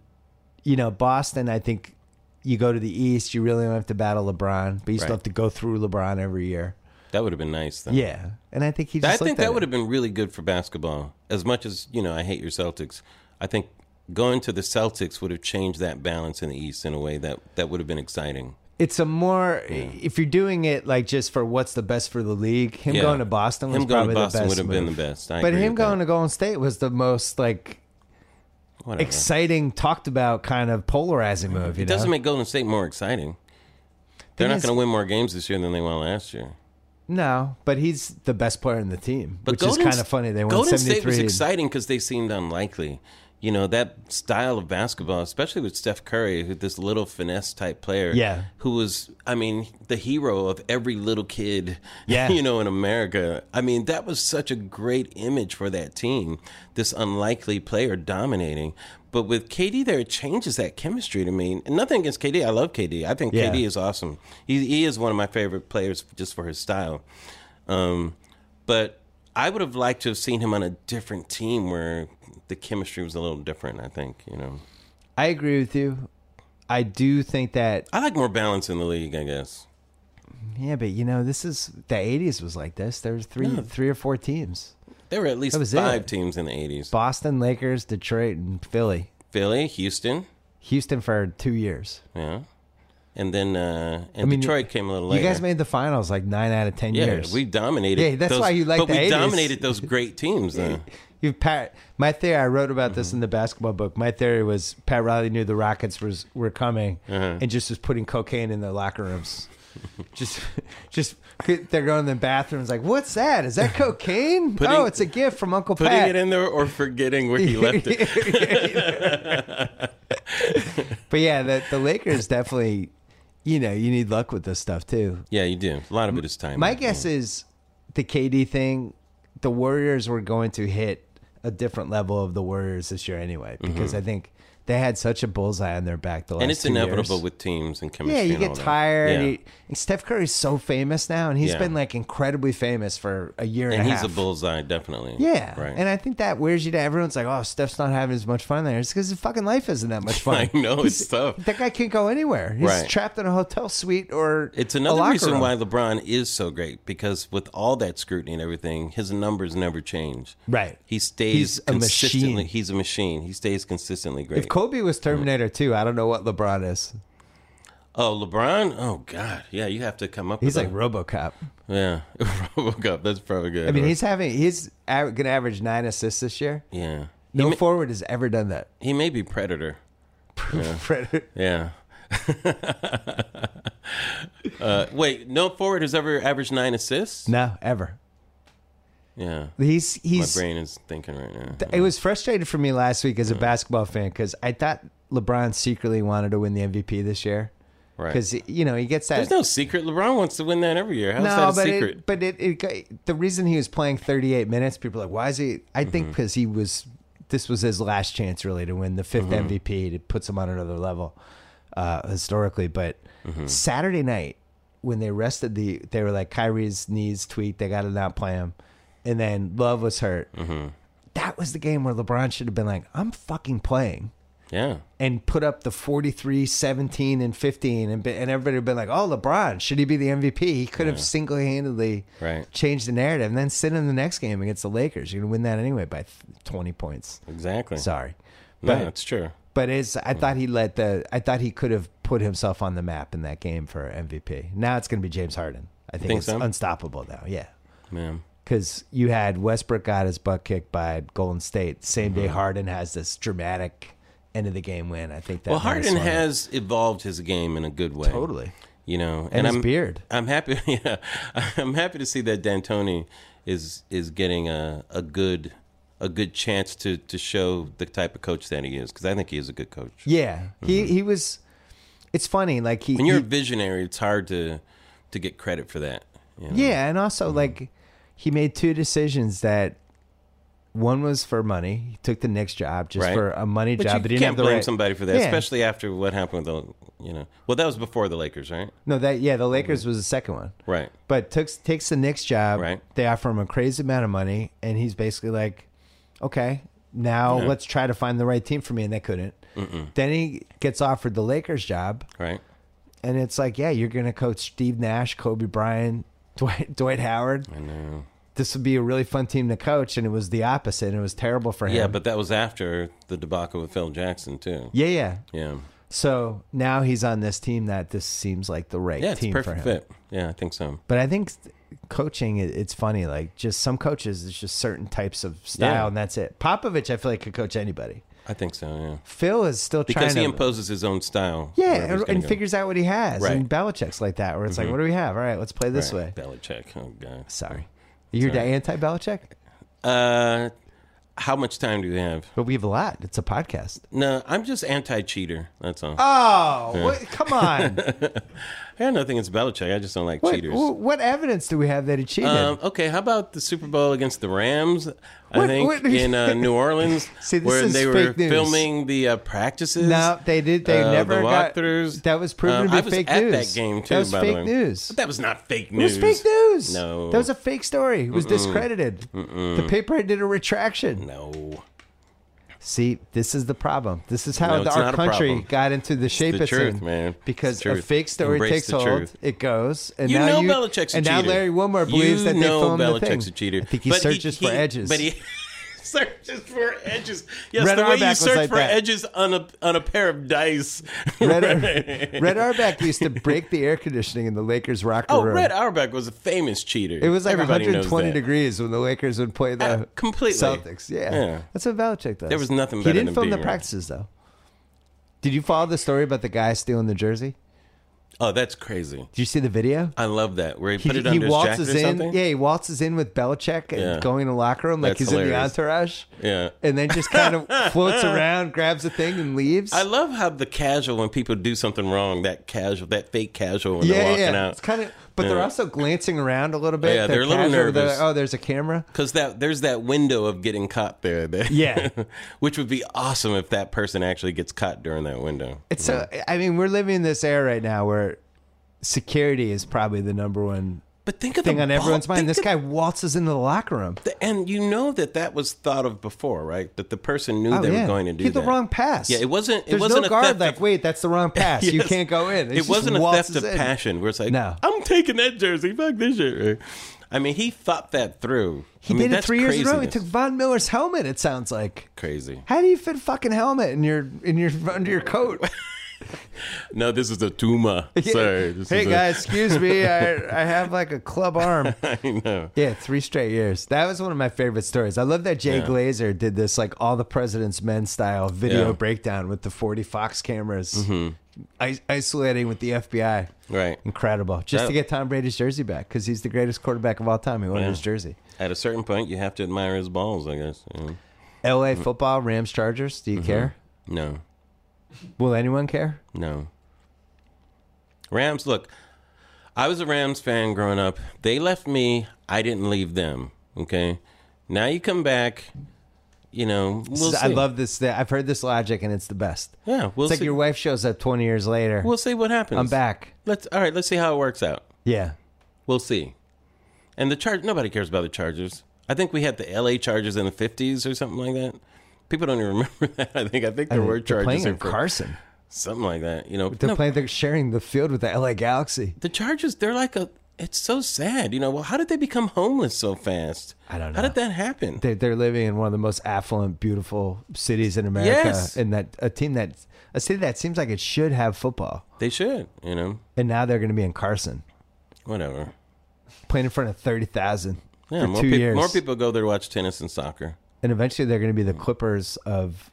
you know, Boston, I think you go to the East, you really don't have to battle LeBron, but you still
Right.
have to go through LeBron every year.
That would have been nice. Then.
Yeah. And I think he
I
just.
think that would have been really good for basketball. As much as you know, I hate your Celtics. I think going to the Celtics would have changed that balance in the East in a way that that would have been exciting.
It's a more. If you're doing it like just for what's the best for the league, him
Yeah.
going to Boston was
Him going to
probably
Boston
the best.
would have been
move.
the best. I
but
agree
him
with that. Uh-huh.
going to Golden State was the most like
Whatever.
exciting, talked about kind of polarizing move. You
it
know?
doesn't make Golden State more exciting. They're not
is-
going to win more games this year than they won last year.
No, but he's the best player in the team,
But
which
Golden,
is kind of funny. They won
Golden
73.
State was
and-
exciting because they seemed unlikely. You know that style of basketball, especially with Steph Curry, who this little finesse type player,
Yeah.
who was, I mean, the hero of every little kid,
Yeah.
you know, in America. I mean, that was such a great image for that team. This unlikely player dominating, but with KD there, it changes that chemistry to me. And nothing against KD, I love KD. I think
Yeah.
KD is awesome. He he is one of my favorite players just for his style. Um, but I would have liked to have seen him on a different team where the chemistry was a little different. I think you know.
I agree with you. I do think that
I like more balance in the league. I guess
yeah, but you know, this is the '80s was like this. There was three, three or four teams:
there were at least
That was
five
it.
teams in the '80s:
Boston, Lakers, Detroit, and Philly.
Philly, Houston,
Houston for two years.
yeah, and then uh, and
mean,
Detroit came a little later.
You guys made the finals like nine out of ten
yeah,
years.
we dominated.
Yeah, that's
those-
why you like
But
the
we
80s.
dominated those great teams. Then
You Pat, my theory. I wrote about
Mm-hmm.
this in the basketball book. My theory was Pat Riley knew the Rockets was were coming,
Uh-huh.
and just was putting cocaine in their locker rooms. just, just they're going in the bathrooms. Like, what's that? Is that cocaine?
Putting-
oh, it's a gift from Uncle
putting
Pat.
it in there or forgetting where he left it.
but yeah, the, the Lakers definitely. You know, you need luck with this stuff too.
Yeah, you do. A lot of it is time.
My guess is the KD thing, the Warriors were going to hit a different level of the Warriors this year anyway, because I think They had such a bullseye on their back the last
Mm-hmm. and it's
two
inevitable
years.
with teams and chemistry.
Yeah, you
and all
get
that.
tired.
Yeah.
You- and Steph Curry's so famous now, and he's
Yeah.
been like incredibly famous for a year and,
and
a
he's
half.
a bullseye, definitely.
Yeah,
right.
and I think that wears you down. Everyone's like, "Oh, Steph's not having as much fun there." It's because his fucking life isn't that much fun.
I know it's tough.
That guy can't go anywhere. He's
Right.
trapped in a hotel suite or
It's
a
another
locker
reason
room.
why LeBron is so great because with all that scrutiny and everything, his numbers never change.
Right.
He stays
He's a
consistently.
machine.
He's a machine. He stays consistently great.
If Kobe was Terminator too, I don't know what LeBron is.
oh, LeBron. Oh God. Yeah, you have to come up.
He's
with
like
a-
RoboCop.
yeah, RoboCop. That's probably good.
I mean, he's having he's a- gonna average nine assists this year.
yeah.
No
he, may,
forward has ever done that.
he may be Predator.
Predator.
Yeah. uh, wait, no forward has ever averaged nine assists.
No, ever.
Yeah,
He's
my
he's.
brain is thinking right now.
It was frustrating for me last week as a basketball fan because I thought LeBron secretly wanted to win the MVP this year
right.
because you know he gets that.
There's no secret. LeBron wants to win that every year. How's that a
but
secret?
It, but it, it got- the reason he was playing 38 minutes, people are like, why is he? I
Mm-hmm.
think because he was. This was his last chance, really, to win the 5th
Mm-hmm.
MVP. It puts him on another level uh, historically. But
Mm-hmm.
Saturday night, when they rested the, they were like Kyrie's knees tweaked. They got to not play him, and then Love was hurt.
Mm-hmm.
That was the game where LeBron should have been like, "I'm fucking playing."
yeah.
and put up the 43, 17, and 15, and, be- and everybody would have been like, oh, LeBron, should he be the MVP? He could have single handedly
Right.
changed the narrative. And then sit in the next game against the Lakers. You're going to win that anyway by th- 20 points.
Exactly.
Sorry.
no,
But,
it's true.
but it's, I thought he let the, I thought he could have put himself on the map in that game for MVP. Now it's going to be James Harden. I think,
Think
it's
so?
unstoppable now. Yeah.
Man.
Because you had Westbrook got his butt kicked by Golden State. Same
Mm-hmm.
day Harden has this dramatic end of the game win. I think that
Well,
might have
Harden
swung it.
has evolved his game in a good way.
Totally.
You know,
And, his
I'm
beard.
I'm happy. Yeah, I'm happy to see that D'Antoni is is getting a, a good a good chance to to show the type of coach that he is because I think he is a good coach.
Yeah. He he was it's funny, like he,
Mm-hmm. When you're a
he-
visionary, it's hard to to get credit for that. you know?
Yeah, and
Mm-hmm.
also like he made two decisions that one was for money. He took the Knicks job just
Right.
for a money
But
job.
you
but he didn't
can't
have the
blame
right-
somebody for that,
Yeah.
especially after what happened with the, you know. Well, that was before the Lakers, right?
No, that yeah,
Mm-hmm.
the Lakers was the second one.
Right.
But took, takes the Knicks job.
Right.
They offer him a crazy amount of money, and he's basically like, "Okay, now
Yeah.
let's try to find the right team for me," and they couldn't. Then he gets offered the Lakers job,
Right.
and it's like, yeah, you're gonna coach Steve Nash, Kobe Bryant, Dwight, Dwight Howard.
I know.
This would be a really fun team to coach, and it was the opposite, and it was terrible for him.
Yeah, but that was after the debacle with Phil Jackson too.
yeah, yeah.
Yeah,
So now he's on this team that this seems like the right
yeah, it's a
team for
perfect
him.
fit. Yeah, I think so.
But I think st- coaching, it- it's funny. Like just some coaches, it's just certain types of style,
Yeah.
and that's it. Popovich, I feel like could coach anybody.
I think so. Yeah,
Phil is still
because he
trying to.
imposes his own style. wherever
yeah,
he's
and,
gonna
and
go.
figures out what he has.
Right. Mm-hmm.
And Belichick's like that, where it's like, what do we have? All right, let's play this way.
right. Belichick. Oh god.
Sorry, you're
all right.
anti Belichick.
Uh, how much time do we have?
But we have a lot. It's a podcast.
No, I'm just anti-cheater. That's all.
Oh, what, come on.
yeah, no, I think it's Belichick. I just don't like
what,
cheaters.
wh- what evidence do we have that he cheated?
Um, okay, how about the Super Bowl against the Rams? I
What-
think
what-
in uh, New Orleans,
See, this
where
is
they were
fake news.
filming the uh, practices.
no, they did. They
uh,
never
the
got.
walkthroughs.
That was proven
Uh,
to be
I was
fake
at
news.
that game too.
That was
by
fake
the way.
news.
But that was not fake
It
news.
was fake news.
No,
That was a fake story. It was discredited. The paper did a retraction.
no.
See, this is the problem. This is how
No, it's
our
not a
country
problem.
got into the shape
the
it's
truth,
in.
man. It's
Because
the
a
truth.
fake story
Embrace
takes
the
hold,
truth.
it goes, and
You
now
know
you
Belichick's
and
a
now
cheater.
Larry Wilmore believes
you
that they
know
filmed the thing.
Belichick's a cheater.
I think he
But
searches for
he-
edges.
But he searches for edges. Yes,
Red
the way
Auerbach
you
was
search
like
for
that.
edges on a on a pair of dice.
Red, Ar- Red Auerbach used to break the air conditioning in the Lakers' locker
oh,
room.
Red Auerbach was a famous cheater.
it was like
Everybody knows
120
that.
degrees when the Lakers would play the
Uh, completely.
Celtics. Yeah.
Yeah.
that's what Belichick does.
There was nothing
He
better
didn't
than
film
being
the
right.
practices though. Did you follow the story about the guy stealing the jersey?
Oh, that's crazy.
Did you see the video?
I love that. Where he, put it under his jacket
waltzes
or
in.
something.
Yeah, he waltzes in with Belichick and
Yeah.
going to the locker room like
That's
he's
hilarious.
in the entourage,
yeah.
and then just kind of floats around, grabs a thing, and leaves.
I love how the casual when people do something wrong, that casual, that fake casual when
yeah,
they're walking
yeah.
out.
It's kind of, But they're also glancing around a little bit.
Yeah, they're a little
casual. They're
nervous.
like, oh, there's a camera.
Because that there's that window of getting caught there. that-
Yeah.
which would be awesome if that person actually gets caught during that window.
It's so. I mean, we're living in this era right now where security is probably the number one
But think of
thing
the
on everyone's
ball-
mind.
think
This
of-
guy waltzes into the locker room.
the- and you know that that was thought of before, right? That the person knew
Oh,
they
yeah.
were going to do
Hit the
that.
wrong pass.
Yeah, it wasn't. It
There's
wasn't
no
a
guard
theft
like,
of,
wait, that's the wrong pass. You
Yes.
can't go in. He
It
just
wasn't a theft
waltzes
of
in.
passion. Where it's like,
No.
I'm taking that jersey. Fuck this shit. I mean, he thought that through.
He
I mean,
did it
that's
three years in a row. He
craziness.
took Von Miller's helmet. It sounds like.
crazy.
How do you fit a fucking helmet in your in your under your coat?
No, this is a tumor. Sorry. This
hey
is a-
guys, excuse me. I I have like a club arm.
I know.
Yeah, three straight years. That was one of my favorite stories. I love that Jay Glazer did this like all the President's Men style video
Yeah. Mm-hmm.
breakdown with the 40 Fox cameras, I- isolating with the FBI.
Right.
Incredible. Just
That-
to get Tom Brady's jersey back because he's the greatest quarterback of all time. He won
Yeah.
his jersey.
At a certain point, you have to admire his balls. I guess. you know.
LA
Mm-hmm.
football, Rams, Chargers. Do you care?
No.
Will anyone care?
No. Rams, look, I was a Rams fan growing up. They left me, I didn't leave them. Okay. Now you come back, you know, we'll
I
see.
love this. I've heard this logic and it's the best.
Yeah, we'll
it's like
see.
your wife shows up 20 years later.
We'll see what happens.
I'm back.
Let's all right, let's see how it works out.
Yeah.
We'll see. And the charge nobody cares about the Chargers. I think we had the LA Chargers in the fifties or something like that. People don't even remember that. I think I think there were
They're
Chargers
playing in
in for-
Carson.
something like that. You know,
They're
No,
playing. They're sharing the field with the LA Galaxy.
the Chargers, they're like a. It's so sad, you know. Well, how did they become homeless so fast?
I don't
How
know.
did that happen?
They're, they're living in one of the most affluent, beautiful cities in America,
Yes.
and that a team that a city that seems like it should have football,
They should, you know.
and now they're going to be in Carson,
Whatever.
playing in front of thirty thousand
Yeah,
for
more,
two
peop-
years,
more people go there to watch tennis and soccer.
and eventually they're going to be the Clippers of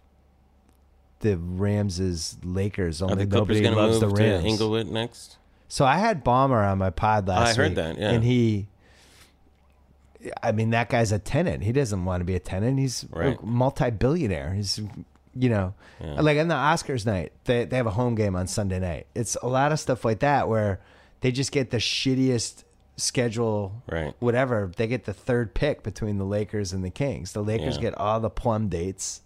the Ramses Lakers.
Are
Only
the Clippers
nobody
going
loves
to
the
move to
Rams.
Inglewood next?
So I had Bomber on my pod last
I heard
week,
that, yeah.
and he. I mean, that guy's a tenant. He doesn't want to be a tenant. He's
Right.
a multi-billionaire. He's, you know, like on the Oscars night, they they have a home game on Sunday night. It's a lot of stuff like that where they just get the shittiest schedule,
Right.
Whatever they get the third pick between the Lakers and the Kings. The Lakers
Yeah.
get all the plum dates.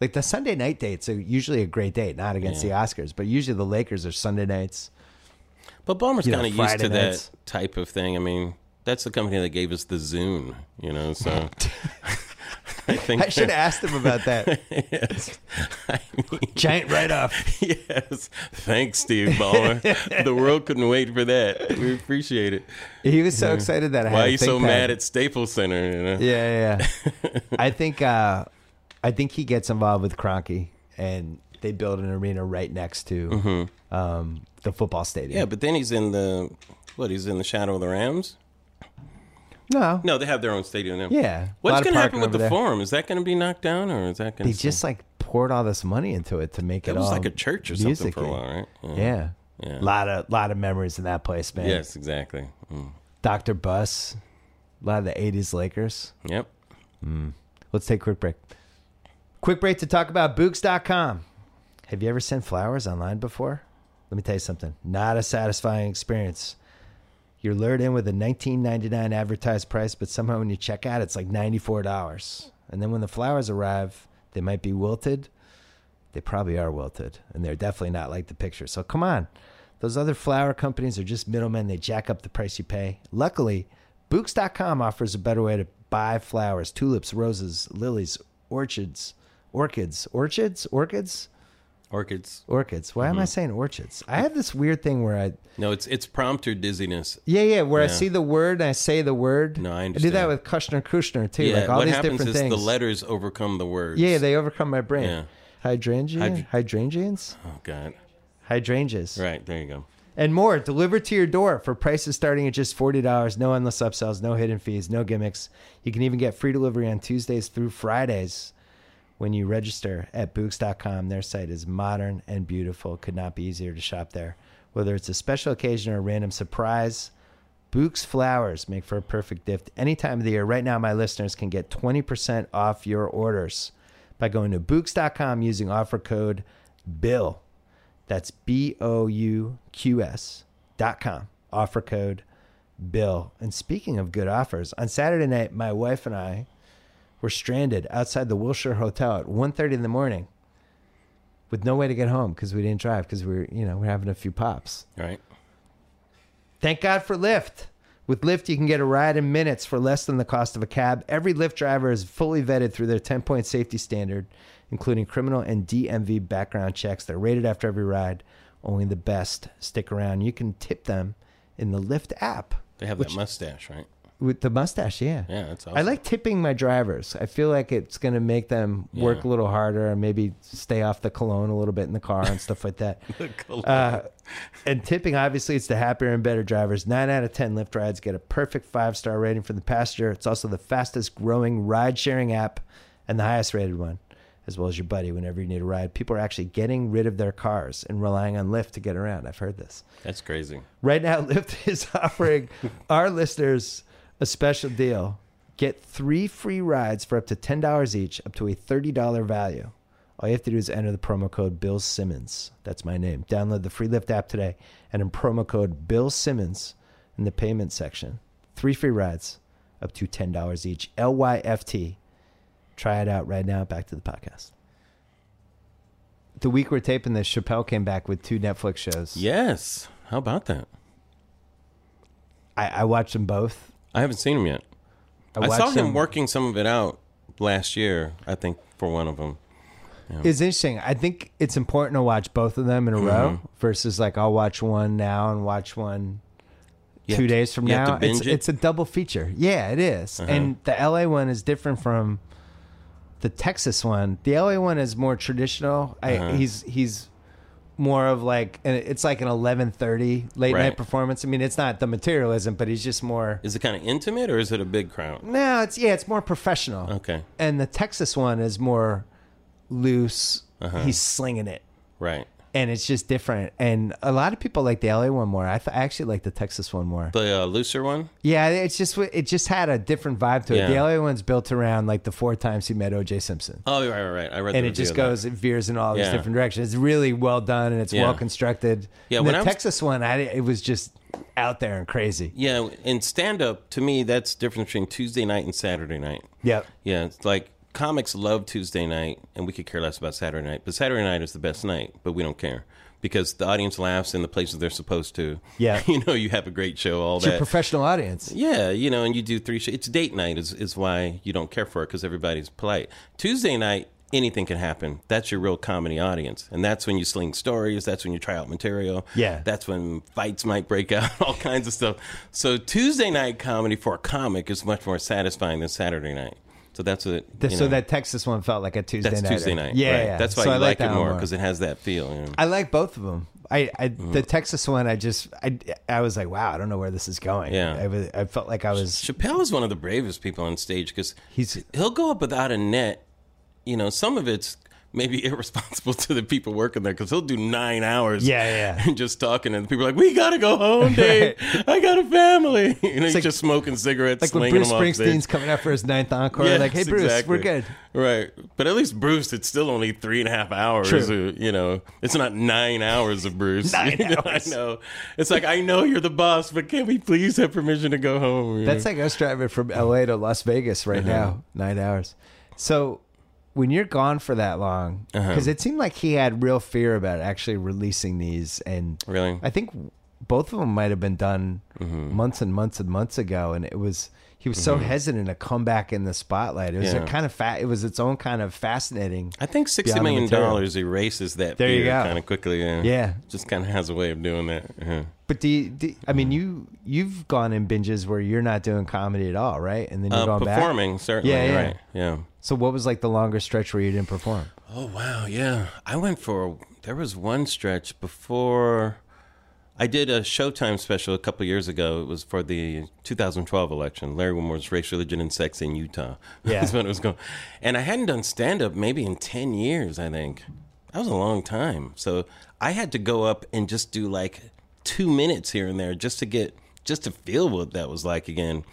Like the Sunday night dates are usually a great date, not against
Yeah.
the Oscars, but usually the Lakers are Sunday nights.
But Balmer's
You know,
kind of used
Friday
to
nights.
that type of thing. I mean, that's the company that gave us the Zune, you know. So I think
I should have asked him about that.
yes. I mean,
Giant write off.
yes. Thanks, Steve Ballmer. the world couldn't wait for that. We appreciate it.
He was so excited that I had
Why are
a
you so
ThinkPad.
mad at Staples Center? You know?
Yeah, yeah. yeah. I think uh, I think he gets involved with Cronky and they build an arena right next to
Mm-hmm.
um, the football stadium.
Yeah, but then he's in the what? He's in the shadow of the Rams.
no.
No, they have their own stadium now.
Yeah. A lot
What's
of
going to
parking
happen with
over
the
there.
forum? Is that going to be knocked down, or is that going
They
to?
just like poured all this money into it to make it,
it was
all
like a church or something for
musically.
a while, right?
Yeah.
Yeah.
Lot of lot of memories in that place, man.
Yes, exactly. Mm.
Dr. Bus, a lot of the eighties Lakers.
Yep.
Let's take a quick break. Quick break to talk about Books.com. Have you ever sent flowers online before? Let me tell you something. Not a satisfying experience. You're lured in with a $19.99 advertised price, but somehow when you check out, it's like $94. And then when the flowers arrive, they might be wilted. They probably are wilted, and they're definitely not like the picture. So come on. Those other flower companies are just middlemen. They jack up the price you pay. Luckily, Books.com offers a better way to buy flowers tulips, roses, lilies, orchids, orchids, orchids, orchids,
Orchids.
orchids. Why am
Mm-hmm.
I saying orchids? I have this weird thing where I.
No, it's it's prompter dizziness.
Yeah, yeah. Where I
Yeah.
see the word and I say the word.
No, I
do that
understand.
with Kushner, Kushner too.
Yeah.
like all
what
these
happens
different
is
things.
the letters overcome the words.
yeah, they overcome my brain.
Yeah.
Hydrangea,
Hydr-
hydrangeans,
oh God.
hydrangeas,
Right there you go.
and more delivered to your door for prices starting at just forty dollars. No endless upsells, no hidden fees, no gimmicks. You can even get free delivery on Tuesdays through Fridays when you register at Books.com. Their site is modern and beautiful. Could not be easier to shop there. Whether it's a special occasion or a random surprise, Books flowers make for a perfect gift any time of the year. Right now, my listeners can get 20% off your orders by going to Books.com using offer code BILL. That's B O U Q S dot com. Offer code bill. And speaking of good offers, on Saturday night, my wife and I were stranded outside the Wilshire Hotel at 1.30 in the morning with no way to get home because we didn't drive because we were, you know, we we're having a few pops.
Right.
Thank God for Lyft. With Lyft, you can get a ride in minutes for less than the cost of a cab. Every Lyft driver is fully vetted through their 10 point safety standard, including criminal and DMV background checks. They're rated after every ride. Only the best stick around. You can tip them in the Lyft app
They have that mustache, right?
with the mustache. Yeah.
Yeah, that's awesome.
I like tipping my drivers. I feel like it's going to make them work
Yeah.
a little harder and maybe stay off the cologne a little bit in the car and stuff like that.
the color.
Uh, and tipping, obviously, it's the happier and better drivers. Nine out of 10 Lyft rides get a perfect five star rating from the passenger. It's also the fastest growing ride sharing app and the highest rated one, as well as your buddy whenever you need a ride. People are actually getting rid of their cars and relying on Lyft to get around. I've heard this.
that's crazy.
Right now, Lyft is offering our listeners a special deal. Get three free rides for up to $10 each, up to a $30 value. All you have to do is enter the promo code Bill Simmons. That's my name. Download the free Lyft app today and in promo code Bill Simmons in the payment section. Three free rides, up to $10 each. LYFT. Try it out right now. Back to the podcast. The week we're taping this, Chappelle came back with two Netflix shows.
Yes. How about that?
I, I watched them both.
I haven't seen him yet. I, saw
watched
him
them.
working some of it out last year, I think, for one of them.
It's interesting. I think it's important to watch both of them in a
Mm-hmm.
row versus like I'll watch one now and watch one
You
two
have to-
days from
you have to
now. It's,
binge it? Uh-huh.
it's a double feature. Yeah, it is. And the LA one is different from the Texas one. The LA one is more traditional. I,
Uh-huh.
He's he's more of like and it's like an eleven thirty late night
Right.
performance. I mean, it's not the materialism, but he's just more.
Is it kind of intimate or is it a big crowd?
No, it's yeah, it's more professional.
Okay.
and the Texas one is more loose.
Uh-huh.
He's slinging it,
Right.
and it's just different. And a lot of people like the LA one more. I, th- I actually like the Texas one more.
The uh, looser one?
yeah, it's just it just had a different vibe to it.
Yeah.
The LA one's built around like the four times he met O.J. Simpson.
Oh, right, right, right. I read
And
the
it
review
just
of that.
goes, it veers in all these
Yeah.
different directions. It's really well done and it's
Yeah.
well constructed.
Yeah,
And
when
the
I was-
Texas one, I, it was just out there and crazy.
Yeah, in stand up, to me, that's different between Tuesday night and Saturday night.
Yep.
Yeah, it's like comics love Tuesday night, and we could care less about Saturday night. But Saturday night is the best night, but we don't care because the audience laughs in the places they're supposed to.
Yeah.
you know, you have a great show. All
It's your
that.
professional audience.
yeah, you know, and you do three. Sh- it's date night is is why you don't care for it because everybody's polite. Tuesday night. Anything can happen. That's your real comedy audience. And that's when you sling stories. That's when you try out material.
Yeah.
That's when fights might break out, all kinds of stuff. So, Tuesday night comedy for a comic is much more satisfying than Saturday night. So, that's what.
The-
you
so
know.
that Texas one felt like a Tuesday
That's
night.
Tuesday night.
Yeah,
right.
yeah.
That's why
So
you
I
like,
that
it
one
more because it has that feel. You know?
I like both of them. I, I
Mm.
the Texas one, I just I, I was like, wow, I don't know where this is going.
Yeah.
I, was, I felt like I was.
Chappelle is one of the bravest people on stage because
He's-
he'll go up without a net. You know, some of it's maybe irresponsible to the people working there because he'll do nine hours.
Yeah, yeah.
And just talking, and people are like, "We gotta go home, Dave. I got a family." You know, he's
like-
just smoking cigarettes,
Like when
slinging
Bruce
them off stage.
Springsteen's coming out for his ninth encore,
Yes,
like, hey Bruce,
exactly.
we're good.
Right. But at least Bruce, it's still only three and a half hours.
True.
uh, You know, it's not nine hours of Bruce.
Nine
You know,
hours.
I know. It's like, I know you're the boss, but can we please have permission to go home? you
That's
know?
like us driving from LA to Las Vegas
Uh-huh.
right now, nine hours. So when you're gone for that long,
Uh-huh.
because it seemed like he had real fear about actually releasing these, and
Really?
I think both of them might have been done
Mm-hmm.
months and months and months ago, and it was he was so hesitant to come back in the spotlight. It was a
Yeah.
kind of fat. It was its own kind of fascinating.
I think $60
Beyond the
million
material.
dollars erases that
There you
fear
go.
kind of quickly. Yeah.
Yeah.
Just kind of has a way of doing that. Yeah.
But do, you, do I
Mm-hmm.
mean you you've gone in binges where you're not doing comedy at all, right? And then you're
Uh,
going back.
performing, certainly.
Yeah, yeah.
Right. Yeah.
So what was like the longer stretch where you didn't perform?
Oh wow, yeah. I went for there was one stretch before I did a Showtime special a couple years ago. It was for the 2012 election, Larry Wilmore's Race, Religion, and Sex in Utah.
Yeah.
That's when it was going. And I hadn't done stand up maybe in 10 years, I think. That was a long time. So I had to go up and just do like two minutes here and there just to get, just to feel what that was like again.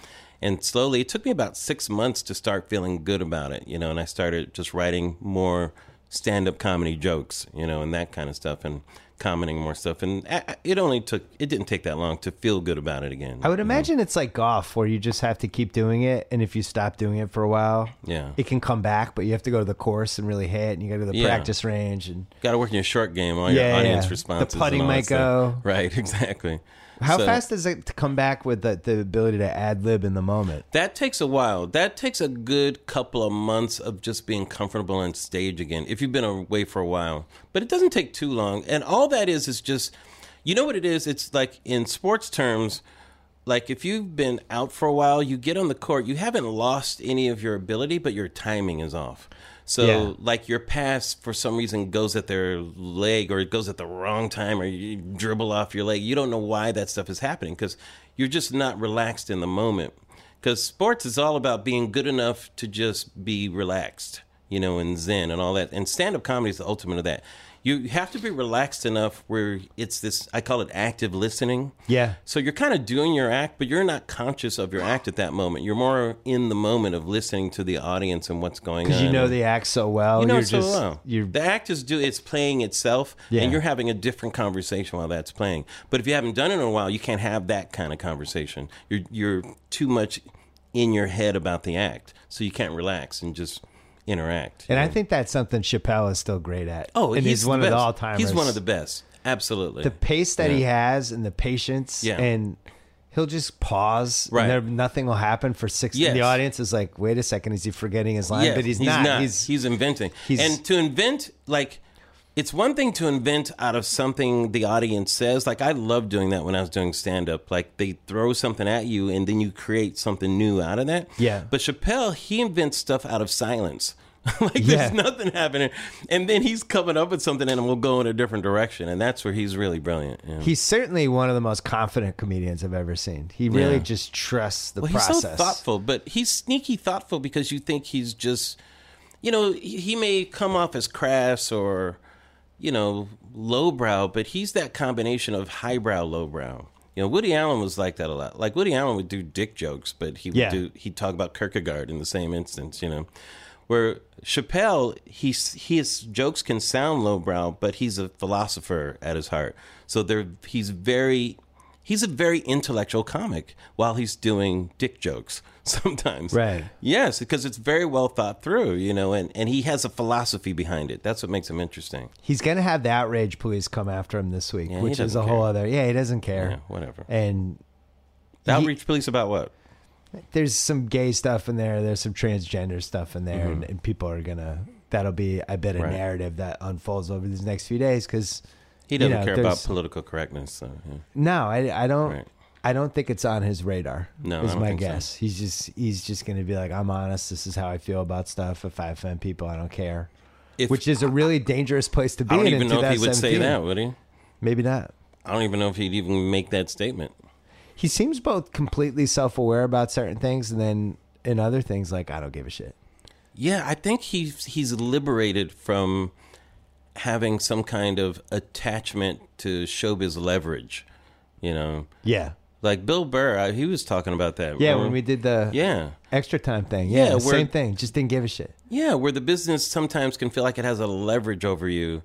And slowly, it took me about six months to start feeling good about it, you know, and I started just writing more stand up comedy jokes, you know, and that kind of stuff. And commenting more stuff, and I, I- it only took it didn't take that long to feel good about it again.
I would imagine it's like golf where you just have to keep doing it. And if you stop doing it for a while,
Yeah.
it can come back, but you have to go to the course and really hit. And you got to go to the
Yeah.
practice range. And
Got to work in your short game on
Yeah,
your audience
yeah. The
responses.
putting
and all that
might
stuff.
go.
right, exactly.
how
So-
fast is it to come back with the, the ability to ad lib in the moment?
That takes a while. That takes a good couple of months of just being comfortable on stage again if you've been away for a while. But it doesn't take too long. And all that is is just you know what it is? It's like in sports terms, like if you've been out for a while, you get on the court, you haven't lost any of your ability, but your timing is off. So
Yeah.
like your pass for some reason goes at their leg or it goes at the wrong time or you dribble off your leg. You don't know why that stuff is happening because you're just not relaxed in the moment. Because sports is all about being good enough to just be relaxed, you know, and zen and all that. And stand up comedy is the ultimate of that. You have to be relaxed enough where it's this, I call it active listening.
Yeah.
So you're kind of doing your act, but you're not conscious of your act at that moment. You're more in the moment of listening to the audience and what's going on.
Because you know the act so well.
You know
are
it so
just,
well.
Oh, You're,
the act is do it's playing itself,
Yeah.
and you're having a different conversation while that's playing. But if you haven't done it in a while, you can't have that kind of conversation. You're you're too much in your head about the act, so you can't relax and just interact.
and I think that's something Chappelle is still great at.
oh,
and he's,
the
one of the
best.
all timers.
He's one of the best. Absolutely.
the pace that he has and the patience
Yeah.
and he'll just pause
Right.
and there, nothing will happen for six and the
Yes.
audience is like wait a second is he forgetting his line
Yeah,
but he's, not. he's,
inventing.
he's-
and to invent, like, it's one thing to invent out of something the audience says. Like, I love doing that when I was doing stand up. Like, they throw something at you and then you create something new out of that.
Yeah.
But Chappelle, he invents stuff out of silence. like,
Yeah.
there's nothing happening. And then he's coming up with something and we'll go in a different direction. And that's where he's really brilliant. Yeah.
he's certainly one of the most confident comedians i've ever seen he really
Yeah.
just trusts the
Well,
process
He's so thoughtful, but he's sneaky thoughtful because you think he's just, you know, he, he may come off as crass or, you know, lowbrow, but he's that combination of highbrow, lowbrow. You know, Woody Allen was like that a lot. Like Woody Allen would do dick jokes, but he would
Yeah.
do he'd talk about Kierkegaard in the same instance. You know, where Chappelle, he's his jokes can sound lowbrow, but he's a philosopher at his heart. So there, he's very he's a very intellectual comic while he's doing dick jokes sometimes.
Right.
Yes, because it's very well thought through, you know, and, and he has a philosophy behind it. That's what makes him interesting.
he's gonna have the outrage police come after him this week
he
which is a
doesn't
whole
care.
other yeah he doesn't care
Yeah, whatever.
and
The outreach police about what?
there's some gay stuff in there there's some transgender stuff in there and, and people are gonna that'll be i bet a
Mm-hmm. Right.
narrative that unfolds over these next few days because
He doesn't
know,
care about
there's-
political correctness. So, yeah.
No, I, I don't.
Right.
I don't think it's on his radar.
No, I
is
don't
my
think so.
guess. He's just he's just going to be like, I'm honest. This is how I feel about stuff. If I offend people, I don't care.
If-
Which is a really dangerous place to be
I don't
in.
even
in
know if he would say
2017.
that, would he?
Maybe not.
I don't even know if he'd even make that statement.
He seems both completely self aware about certain things, and then in other things, like I don't give a shit.
Yeah, I think he's he's liberated from having some kind of attachment to showbiz leverage, you know.
Yeah,
Like Bill Burr, I, he was talking about that.
yeah.
remember?
When we did the
yeah,
extra time thing, yeah,
Yeah, we're-
same thing. Just didn't give a shit.
yeah, where the business sometimes can feel like it has a leverage over you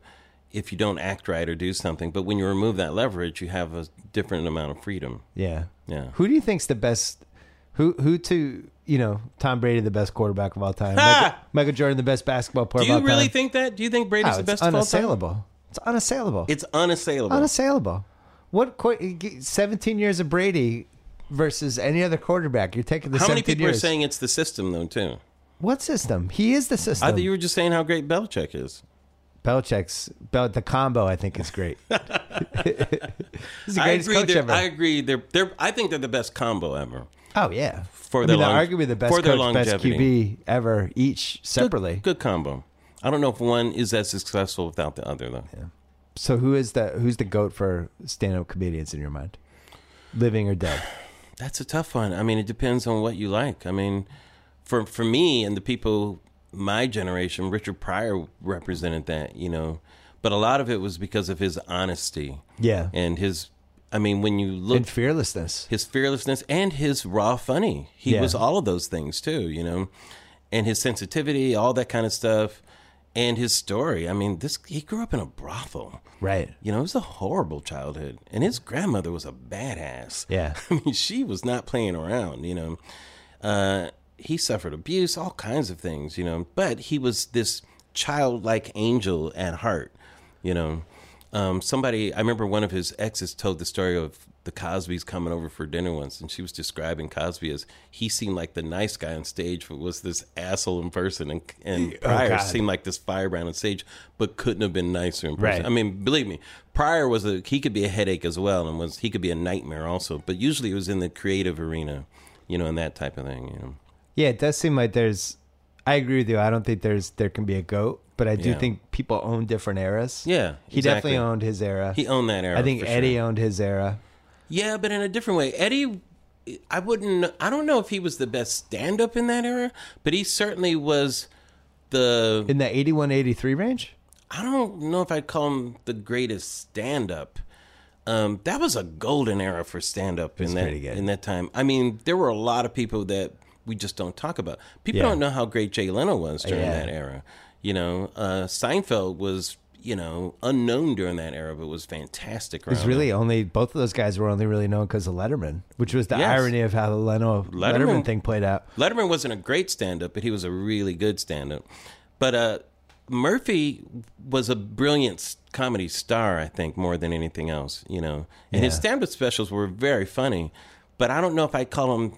if you don't act right or do something, but when you remove that leverage, you have a different amount of freedom.
Yeah.
Yeah.
Who do you think's the best? Who who to you know Tom Brady the best quarterback of all time? Michael, Michael Jordan the best basketball player.
Do you
of all
really
time?
think that? Do you think Brady's
No,
the
Oh, it's
best of all time?
unassailable? It's unassailable.
It's unassailable.
unassailable. What qu- seventeen years of Brady versus any other quarterback? You're taking the
how many
17
people
years.
are saying it's the system though too?
what system? He is the
I
system.
thought you were just saying how great Belichick is.
Belichick's Bel- the combo. I think is great. He's the
I
greatest
agree.
coach
They're,
ever.
I agree. They're, they're. I think they're the best combo ever.
oh yeah,
For
I
their
mean, they're
longe-
arguably the best
for their
coach, best
longevity.
QB ever each
Good-
separately.
Good, combo. I don't know if one is as successful without the other though.
So who is the who's the goat for stand up comedians in your mind? Living or dead?
That's a tough one. I mean, it depends on what you like. I mean, for for me and the people my generation, Richard Pryor represented that, you know. But a lot of it was because of his honesty
Yeah.
and his. I mean, when you look
And fearlessness.
his fearlessness and his raw funny. He
Yeah.
was all of those things too, you know, and his sensitivity, all that kind of stuff. and his story. I mean, this he grew up in a brothel.
Right.
You know, it was a horrible childhood, and his grandmother was a badass.
Yeah.
I mean, she was not playing around. You know, uh, he suffered abuse, all kinds of things. You know, but he was this childlike angel at heart. You know, um, somebody I remember one of his exes told the story of the Cosby's coming over for dinner once, and she was describing Cosby as he seemed like the nice guy on stage, but was this asshole in person, and and Pryor
Oh, God.
seemed like this firebrand on stage, but couldn't have been nicer in person.
Right.
I mean, believe me, Pryor was a he could be a headache as well, and was he could be a nightmare also. But usually it was in the creative arena, you know, and that type of thing. You know,
Yeah, it does seem like there's. I agree with you. I don't think there's there can be a goat, but I do
Yeah.
think people own different eras.
Yeah,
he
exactly.
definitely owned his era.
he owned that era.
I think
for
Eddie
Sure.
owned his era.
Yeah, but in a different way, Eddie. I wouldn't. I don't know if he was the best stand-up in that era, but he certainly was the
in the 81 83 range
I don't know if I'd call him the greatest stand up. Um, that was a golden era for stand up in that
pretty good.
in that time. I mean, there were a lot of people that we just don't talk about. People
Yeah.
don't know how great Jay Leno was during
Yeah.
that era. You know, uh, Seinfeld was you know unknown during that era, but was fantastic.
it's
around
really only both of those guys were only really known because of letterman which was the
Yes.
irony of how the leno letterman,
Letterman-
thing played out
Letterman wasn't a great stand up, but he was a really good stand up. But uh, Murphy was a brilliant s- comedy star, I think, more than anything else, you know. And his
Yeah.
stand up specials were very funny, but I don't know if I call him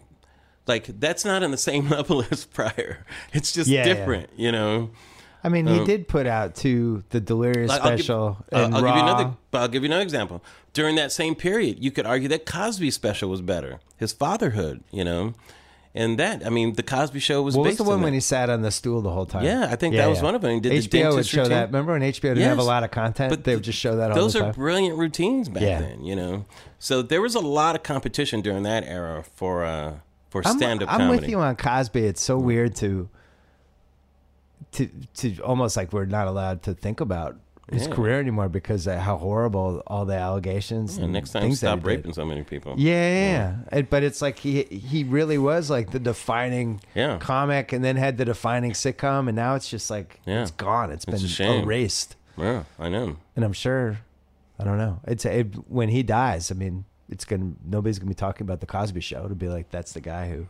like that's not on the same level as Pryor. It's just
Yeah, yeah.
different, you know.
i mean he did put out to the delirious
Uh, Like,
special
I'll, give,
and
uh, I'll
raw
give you another. I'll give you another example. During that same period, you could argue that Cosby special was better. His fatherhood, you know, and that I mean, the Cosby Show was.
what was
based
the
on
one
that.
when he sat on the stool the whole time?
Yeah, I think that was one of them. He did the
HBO would
dentist
show
routine.
that. Remember when HBO didn't have a
Yes.
lot of content? they would
th-
just show that all
Those
the
are
time.
brilliant routines back
Yeah.
then, you know. So there was a lot of competition during that era for uh for
I'm-
stand up
I'm,
comedy. Mm.
with you on Cosby. It's so weird to to to almost like we're not allowed to think about his
Yeah.
career anymore because of how horrible all the allegations
And
and
next time,
things that
stop
he did.
raping so many people.
Yeah, yeah, yeah. And- but it's like he he really was like the defining
Yeah.
comic, and then had the defining sitcom, and now it's just like
Yeah.
it's gone.
It's a
been
shame.
erased,
Yeah, I know.
and I'm sure I don't know. It's it, when he dies. I mean, it's gonna nobody's gonna be talking about the Cosby Show. It'll be like that's the guy who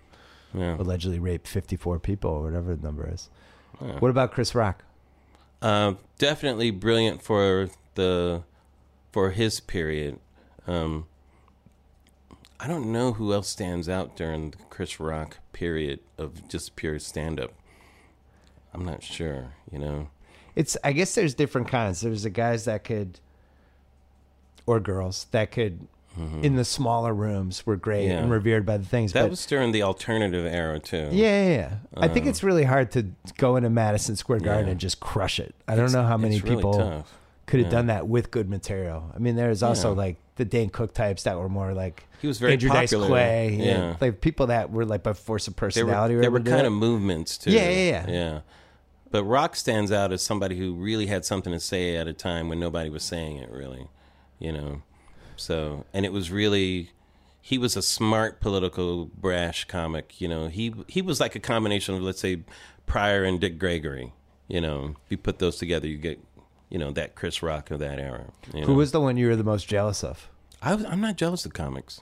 Yeah.
allegedly raped 54 people or whatever the number is. What about Chris Rock?
Uh, definitely brilliant for the for his period. Um, I don't know who else stands out during the Chris Rock period of just pure stand up. I'm not sure, you know.
It's I guess there's different kinds. There's the guys that could or girls that could in the smaller rooms were great
Mm-hmm. Yeah.
and revered by the things.
That
but
was Uh. during the alternative era too.
yeah, yeah, yeah. I think it's really hard to go into Madison Square Garden and just crush it. I don't know how many
it's really
people
tough.
could have done that with good material. I mean, there's also like the Dane Cook types that were more like
He was very
Andrew
popular.
Dice Clay,
Yeah.
and, like people that were like by force of
There were,
personality.
there
able
were
to do
kind
it.
of movements too.
Yeah, yeah, yeah.
yeah. But Rock stands out as somebody who really had something to say at a time when nobody was saying it. Really, you know. So, and it was really he was a smart, political, brash comic. You know, he he was like a combination of let's say Pryor and Dick Gregory. You know, if you put those together, you get you know that Chris Rock of that era. you
Who
know.
was the one you were the most jealous of?
I was, I'm not jealous of comics.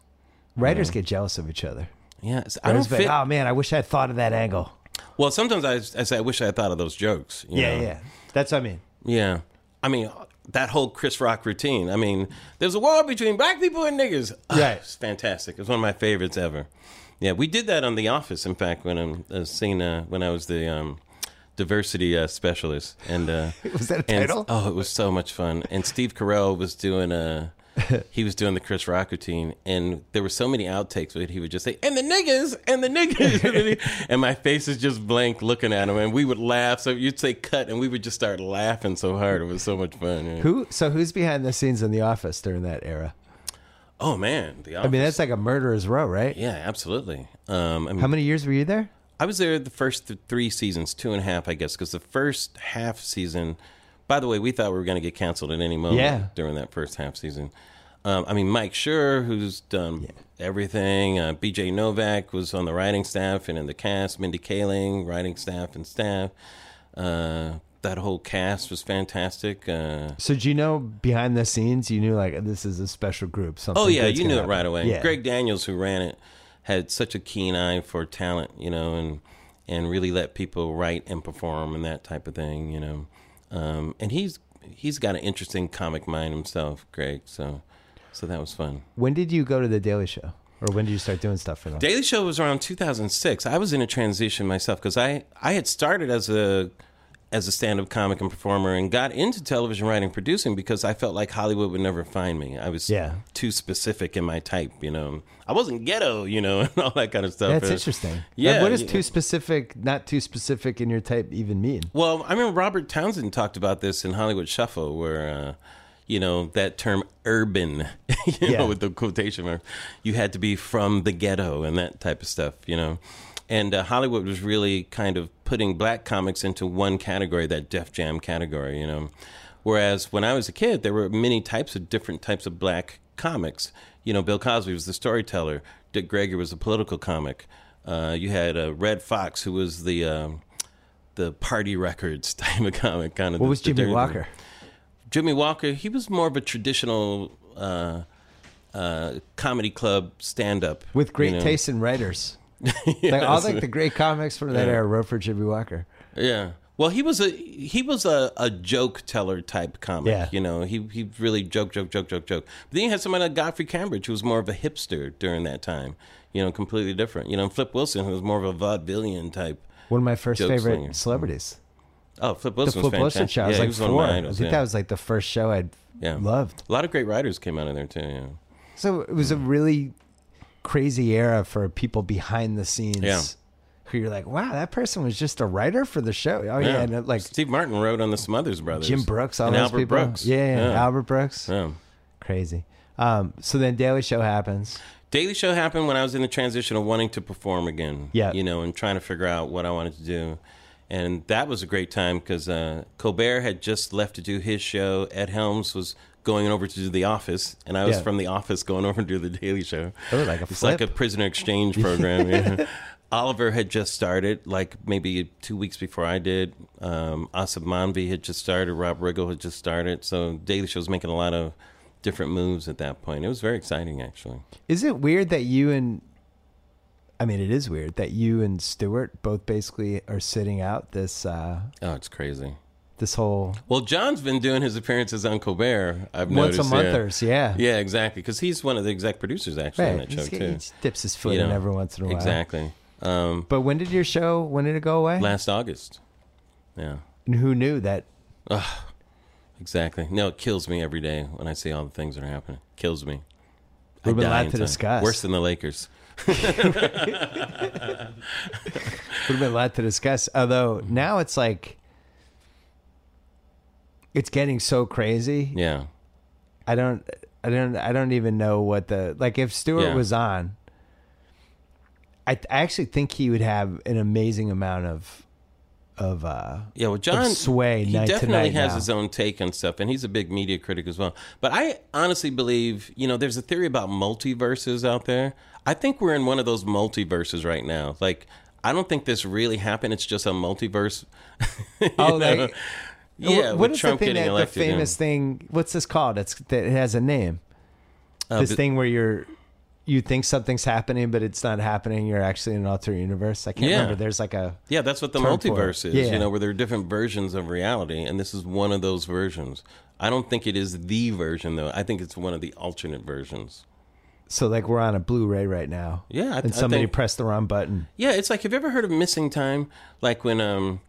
Writers get jealous of each other.
Yeah, it's- I
I
don't
was like,
fit.
oh man, I wish I had thought of that angle.
Well, sometimes I, I say I wish I had thought of those jokes. you
Yeah,
know?
yeah. That's what I mean.
Yeah. I mean, that whole Chris Rock routine. I mean, there's a wall between black people and niggas. Ah,
Right.
It's fantastic. It's one of my favorites ever. Yeah, we did that on The Office. In fact, when I'm uh, seen uh, when I was the um, diversity uh, specialist, and uh,
Was that a
and-
title?
oh, it was so much fun. And Steve Carell was doing a. He was doing the Chris Rock routine, and there were so many outtakes where he would just say, "And the niggas, and the niggas," and my face is just blank looking at him, and we would laugh. So you'd say "cut," and we would just start laughing so hard. It was so much fun. yeah.
Who? So who's behind the scenes in the office during that era?
Oh man, the
I mean, that's like a murderer's row, right?
yeah, absolutely. Um, I mean,
How many years were you there?
I was there the first th- three seasons, two and a half, I guess, because the first half season. By the way, we thought we were going to get canceled at any moment
Yeah.
during that first half season. Um, I mean, Mike Schur, who's done everything. Uh, B.J. Novak was on the writing staff and in the cast. Mindy Kaling, writing staff and staff. Uh, that whole cast was fantastic. Uh,
So do you know behind the scenes? You knew like this is a special group. Something.
oh yeah,
good's
you knew
gonna
it
happen.
right away.
Yeah.
Greg Daniels, who ran it, had such a keen eye for talent, you know, and and really let people write and perform and that type of thing, you know. Um, and he's he's got an interesting comic mind himself, Greg. So so that was fun.
When did you go to the Daily Show, or when did you start doing stuff for them?
Daily Show was around 2006. I was in a transition myself because I, I had started as a as a stand up comic and performer and got into television writing and producing because I felt like Hollywood would never find me. I was
Yeah.
too specific in my type, you know. I wasn't ghetto, you know, and all that kind of stuff.
That's
And-
interesting.
Yeah,
Like, what does
yeah.
too specific, not too specific in your type even mean?
Well, I remember Robert Townsend talked about this in Hollywood Shuffle, where uh, you know that term "urban," you
Yeah.
know, with the quotation mark, you had to be from the ghetto and that type of stuff, you know. And uh, Hollywood was really kind of putting black comics into one category, that Def Jam category, you know. Whereas when I was a kid, there were many types of different types of black comics. You know, Bill Cosby was the storyteller. Dick Gregory was a political comic. Uh, you had uh, Red Fox, who was the um, the party records type of comic kind of
What
the-
was
the
Jimmy
dirty-
Walker?
jimmy walker he was more of a traditional uh uh comedy club stand-up
With great
you know?
taste in writers. Like all like the great comics from that
Yeah.
era wrote for Jimmy Walker.
yeah well he was a he was a, a joke teller type comic
Yeah.
you know he he really joke joke joke joke joke but then you had somebody like godfrey cambridge who was more of a hipster during that time you know completely different you know and flip wilson who was more of a vaudevillian type
One of my first
Joke
favorite
slinger.
celebrities.
oh flip
The
wilson
Flip
was
Wilson
fantastic.
show. I
yeah,
was
he
like
was one of
four.
my
I
idols,
think
yeah.
that was like the first show I'd
Yeah.
loved.
a lot of great writers came out of there too yeah
So it was a
Mm.
really crazy era for people behind the scenes.
Yeah.
Who you're like, wow, that person was just a writer for the show. Oh yeah, and it, like
Steve Martin wrote on the Smothers Brothers.
Jim Brooks, all
and
those
Albert
people.
Brooks.
Yeah, yeah,
yeah.
Albert Brooks.
Yeah.
Crazy. Um, so then Daily Show happens.
Daily Show happened when I was in the transition of wanting to perform again.
Yeah.
you know, and trying to figure out what I wanted to do, and that was a great time because uh, Colbert had just left to do his show. Ed Helms was going over to do The Office, and I was
Yeah.
from The Office going over to do The Daily Show.
Oh, like a
it's
flip.
like a prisoner exchange program. yeah. Oliver had just started, like maybe two weeks before I did. Um, Asif Manvi had just started. Rob Riggle had just started. So Daily Show was making a lot of different moves at that point. It was very exciting, actually.
Is it weird that you and I mean it is weird that you and Stewart both basically are sitting out this uh
Oh, it's crazy.
this whole
Well, John's been doing his appearances on Colbert. I've
once
noticed,
a month
yeah.
or so, yeah.
yeah, exactly. Because he's one of the exec producers actually on
Right.
that show
He's-
too.
He dips his foot
You
in
know,
every once in a while.
Exactly. Um,
But when did your show when did it go away?
last August. Yeah,
and who knew that
exactly. No, it kills me every day when I see all the things that are happening. Kills me. I
We've been
die
allowed to
inside.
discuss.
Worse than the Lakers.
would have been a lot to discuss. Although now it's like it's getting so crazy.
Yeah.
I don't I don't I don't even know what the like if Stewart
Yeah.
was on I, I actually think he would have an amazing amount of of uh
Yeah, well, John
sway
He
night to
definitely
night
has
now.
his own take on stuff, and he's a big media critic as well. But I honestly believe, you know, there's a theory about multiverses out there. I think we're in one of those multiverses right now. Like, I don't think this really happened. It's just a multiverse. You
Oh,
know?
like-
yeah.
What-
with
what is
Trump
the thing
getting
that
elected,
the
yeah.
famous thing what's this called? It's that it has a name.
Uh,
this
but-
thing where you're you think something's happening but it's not happening, you're actually in an alternate universe. I can't
Yeah.
remember. There's like a
Yeah, that's what the
term for it.
multiverse is.
Yeah.
You know, where there are different versions of reality, and this is one of those versions. I don't think it is the version though. I think it's one of the alternate versions.
so like we're on a Blu-ray right now.
Yeah, I-
and
I
somebody
think-
pressed the wrong button.
Yeah, it's like have you ever heard of missing time? Like when um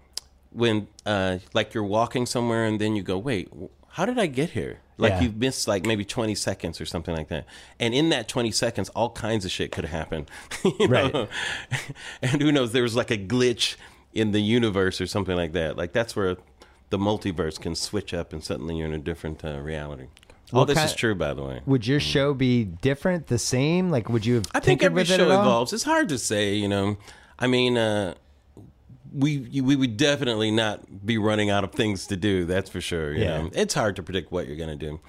when uh like you're walking somewhere and then you go, "Wait, w- how did I get here?" Like
Yeah.
you've missed like maybe 20 seconds or something like that. And in that 20 seconds, all kinds of shit could happen. you
Right.
know? And who knows, there was like a glitch in the universe or something like that. Like that's where the multiverse can switch up and suddenly you're in a different uh, reality. All
What
this
ki-
is true, by the way.
Would your show be different, the same? Like, would you have
I think
tinkered
every
with it
show
at all?
evolves. It's hard to say, you know. I mean, uh, we you- we would definitely not be running out of things to do. That's for sure. You
Yeah.
know, it's hard to predict what you're going to do,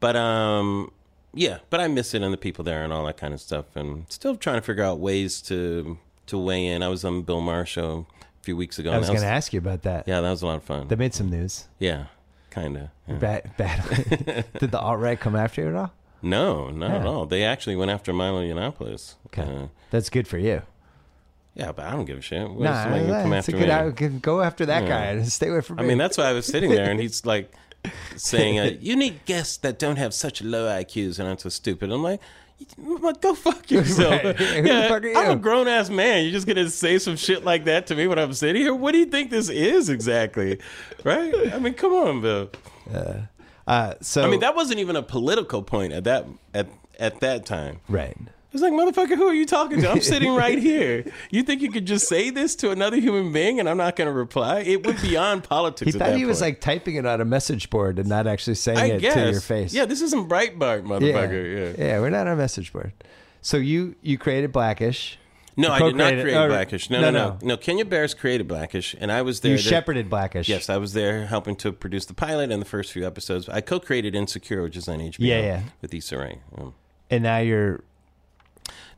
but um, yeah. But I miss it and the people there and all that kind of stuff, and still trying to figure out ways to to weigh in. I was on Bill Maher show a few weeks ago.
I
and
was
that
going to ask you about that.
Yeah, that was a lot of fun.
They made some news.
yeah, kind of.
Bad, bad. Did the alt right come after you at all?
No, not at
Yeah.
all. They actually went after Milo Yiannopoulos. Uh,
That's good for you.
yeah, but I don't give a shit. What is
Nah,
somebody gonna come
that's a
after
good
me?
out. Can go after that
Yeah.
guy and stay away from
I
me.
mean, that's why I was sitting there, and he's like saying, uh, "You need guests that don't have such low IQs and aren't so stupid." I'm like, "You- well, "Go fuck yourself."
Right. Who the fuck are
I'm a
you?
grown ass man. You're just gonna say some shit like that to me when I'm sitting here. What do you think this is exactly? right? I mean, come on, Bill.
uh, so
I mean, that wasn't even a political point at that at at that time.
right.
It's like, motherfucker, who are you talking to? I'm sitting right here. You think you could just say this to another human being and I'm not going to reply? It went beyond
He
politics. at
thought
that
he was
point.
like typing it on a message board and not actually saying
I
it
guess.
to your face.
Yeah, this isn't Breitbart, motherfucker. Yeah.
we're not on a message board. So you you created Blackish.
No, I did not
Co-created-
create
oh,
Blackish. No,
no,
no, no, no.
no.
Kenya Bears created Blackish, and I was there.
You
to-
shepherded Blackish.
Yes, I was there helping to produce the pilot and the first few episodes. I co-created Insecure, which is on HBO.
Yeah, yeah.
With Issa Rae. Um,
And now you're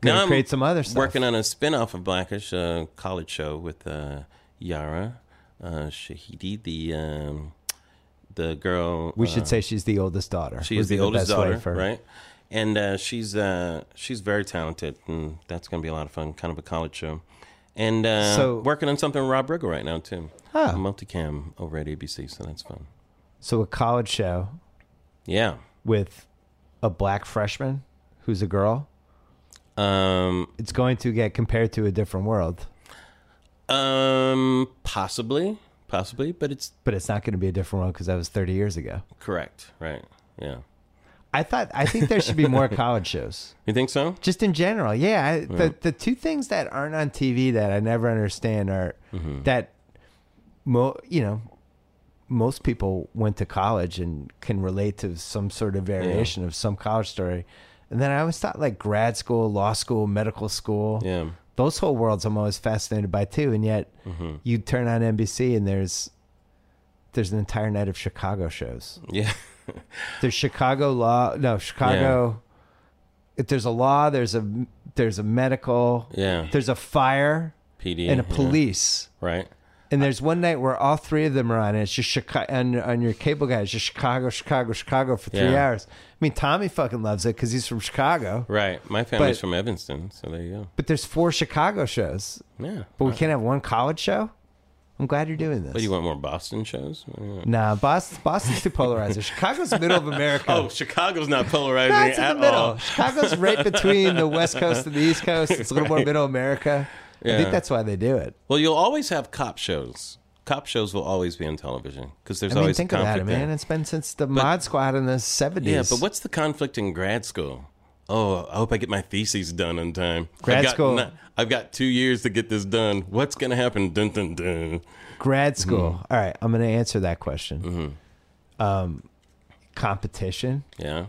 gonna
Now I'm
create some other stuff.
Working on a spin-off of Blackish, a college show with uh, Yara uh, Shahidi, the um, the girl.
we
uh,
should say she's the oldest daughter.
she
would
is
be
the oldest
best way
daughter,
for-
right? And uh, she's uh, she's very talented, and that's going to be a lot of fun, kind of a college show. And uh,
So-
working on something with Rob Riggle right now too,
Ah.
multicam over at ABC, so that's fun.
So a college show
Yeah,
with a black freshman who's a girl.
um,
It's going to get compared to a different world,
um, possibly, possibly, but it's
but it's not going to be a different world because that was 30 years ago.
correct, right? Yeah,
I thought I think there should be more college shows.
you think so?
Just in general, yeah. I, the the two things that aren't on TV that I never understand are that, mo, you know, most people went to college and can relate to some sort of variation of some college story, and then I always thought like grad school, law school, medical school,
Yeah.
those whole worlds I'm always fascinated by too. And yet, you turn on NBC and there's there's an entire night of Chicago shows.
Yeah.
There's Chicago law. No, Chicago. If there's a law, there's a there's a medical.
Yeah.
There's a fire
PD.
and a
yeah.
police.
Right.
And there's one night where all three of them are on, and it's just Chicago on, on your cable guy. It's just Chicago, Chicago, Chicago for three
Yeah.
hours. I mean, Tommy fucking loves it because he's from Chicago.
Right. My family's
But-
from Evanston, so there you
But there's four Chicago shows,
go. Yeah.
but we can't have one college show. I'm glad you're doing this.
What do you want more Boston shows? What do you want?
Nah, Boston, Boston's too polarizing. Chicago's middle of America.
Oh, Chicago's not polarizing
That's in
at
the middle.
all.
Chicago's right between the West Coast and the East Coast. It's a little more middle America. I
Yeah.
think that's why they do it.
Well, you'll always have cop shows. Cop shows will always be on television because there's
I mean,
always
think
a
about
conflict.
it, man.
there.
It's been since the Mod Squad in the 70s.
Yeah, but what's the conflict in grad school? Oh, I hope I get my theses done on time.
Grad
I've got
school.
ni- I've got two years to get this done. What's going to happen? Dun, dun, dun.
Grad
Mm-hmm.
school. All right, I'm going to answer that question. Um,
Mm-hmm.
competition.
Yeah.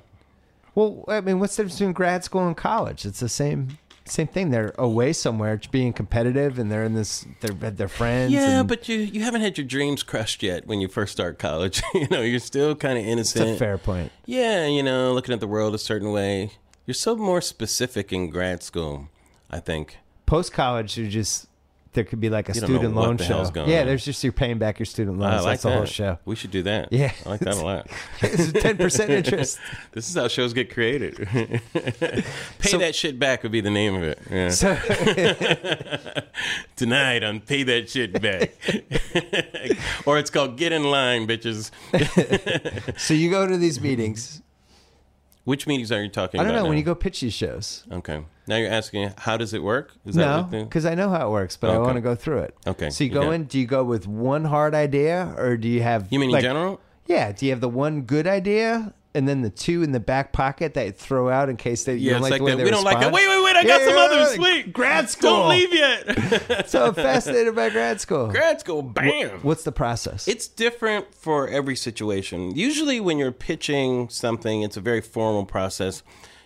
Well, I mean, what's the difference between grad school and college? It's the same same thing. They're away somewhere, it's being competitive, and they're in this. They're with their friends.
Yeah,
and
but you, you haven't had your dreams crushed yet when you first start college. you know, you're still kind of
it's
innocent.
a fair point.
Yeah, you know, looking at the world a certain way. You're so more specific in grad school, I think.
post college, you just there could be like a
don't know
student
what
loan
the
show.
hell's going
yeah,
on.
there's just you're paying back your student
I
loans.
like
That's the
that.
whole show.
We should do that.
Yeah.
I like that a lot.
It's ten percent interest.
This is how shows get created. Pay
So-
that shit back would be the name of it. Yeah.
So
Tonight on Pay That Shit Back. or it's called Get in Line, bitches.
so you go to these meetings.
Which meetings are you talking
I
about?
don't know
now?
when you go pitch these shows.
Okay. Now you're asking how does it work? Is
No,
what the-
because I know how it works, but I
Okay.
want to go through it.
Okay,
So you go
okay.
in. Do you go with one hard idea, or do you have?
You mean
like-
in general?
Yeah. Do you have the one good idea, and then the two in the back pocket that you throw out in case they you
Yeah,
don't
it's
like,
like
the way
that.
they
We don't like that.
respond?
Wait, wait, wait. I
Yeah,
got some
yeah,
others.
yeah.
Wait.
Grad school.
Don't leave yet.
So I'm fascinated by grad school.
grad school. Bam.
What's the process?
It's different for every situation. Usually, when you're pitching something, it's a very formal process.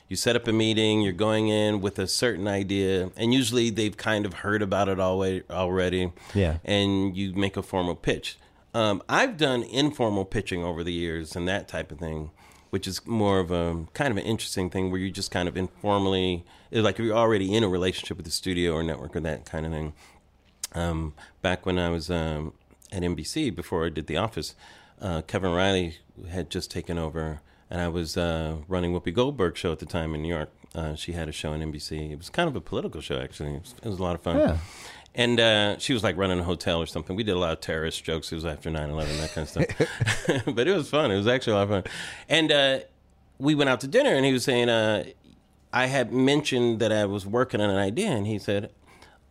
You set up a meeting, you're going in with a certain idea, and usually they've kind of heard about it alwa- already.
Yeah.
And you make a formal pitch. Um, I've done informal pitching over the years and that type of thing, which is more of a kind of an interesting thing where you just kind of informally, like if you're already in a relationship with the studio or network or that kind of thing um, back when I was um, at NBC before I did The Office, uh, Kevin Riley had just taken over, and I was uh, running Whoopi Goldberg's show at the time in New York. Uh, she had a show on NBC. It was kind of a political show, actually. It was, it was a lot of fun.
Yeah.
And uh, she was like running a hotel or something. We did a lot of terrorist jokes. It was after 9 11, that kind of stuff. but it was fun. It was actually a lot of fun. And uh, we went out to dinner, and he was saying, uh, I had mentioned that I was working on an idea, and he said,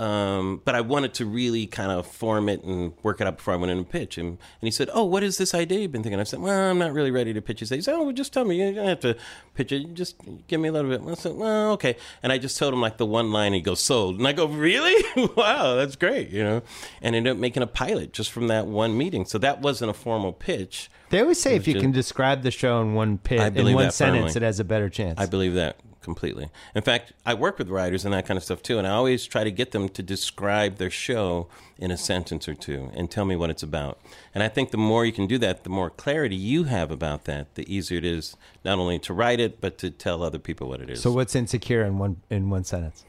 um, but I wanted to really kind of form it and work it out before I went in and pitch. And, and he said, Oh, what is this idea you've been thinking? I said, Well, I'm not really ready to pitch it. He said, Oh, well, just tell me. You don't have to pitch it. Just give me a little bit. I said, Well, okay. And I just told him like the one line. He goes, Sold. And I go, Really? wow, that's great. You know, and ended up making a pilot just from that one meeting. So that wasn't a formal pitch.
They always say if you can describe the show in one pit,
I
in
believe
one
that
sentence, it
firmly.
has a better chance.
I believe that completely. In fact, I work with writers and that kind of stuff too, and I always try to get them to describe their show in a sentence or two and tell me what it's about. And I think the more you can do that, the more clarity you have about that, the easier it is not only to write it but to tell other people what it is.
so what's insecure in one in one sentence?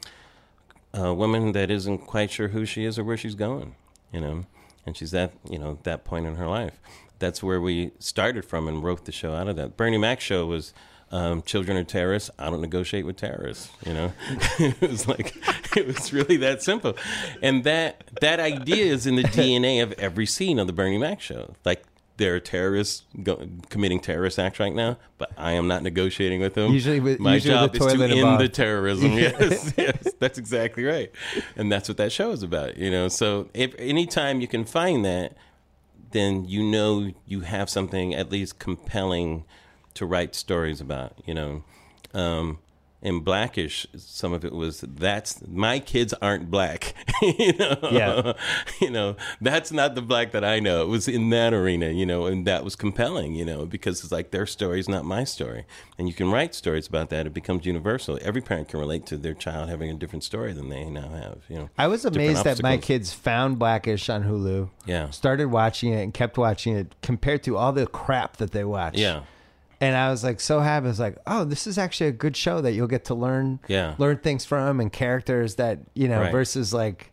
a woman that isn't quite sure who she is or where she's going, you know, and she's at you know that point in her life. That's where we started from and wrote the show out of that. Bernie Mac show was. Um, children are terrorists. I don't negotiate with terrorists. You know, it was like it was really that simple, and that that idea is in the DNA of every scene of the Bernie Mac show. Like there are terrorists go, committing terrorist acts right now, but I am not negotiating with them.
Usually with-
my
usually
job
with
is to
toilet
end
above.
the terrorism. Yes, yes, that's exactly right, and that's what that show is about. You know, so if anytime you can find that, then you know you have something at least compelling to write stories about. You know, um, in Blackish, some of it was that's my kids aren't black. you know,
Yeah.
you know that's not the black that I know. It was in that arena, you know, and that was compelling, you know, because it's like their story is not my story, and you can write stories about that. It becomes universal. Every parent can relate to their child having a different story than they now have. You know,
I was
different
amazed that my
obstacles.
kids found Blackish on Hulu.
Yeah.
Started watching it and kept watching it compared to all the crap that they watch.
Yeah.
And I was like so happy. I was like, oh, this is actually a good show that you'll get to learn
Yeah.
learn things from and characters that, you know,
Right.
versus like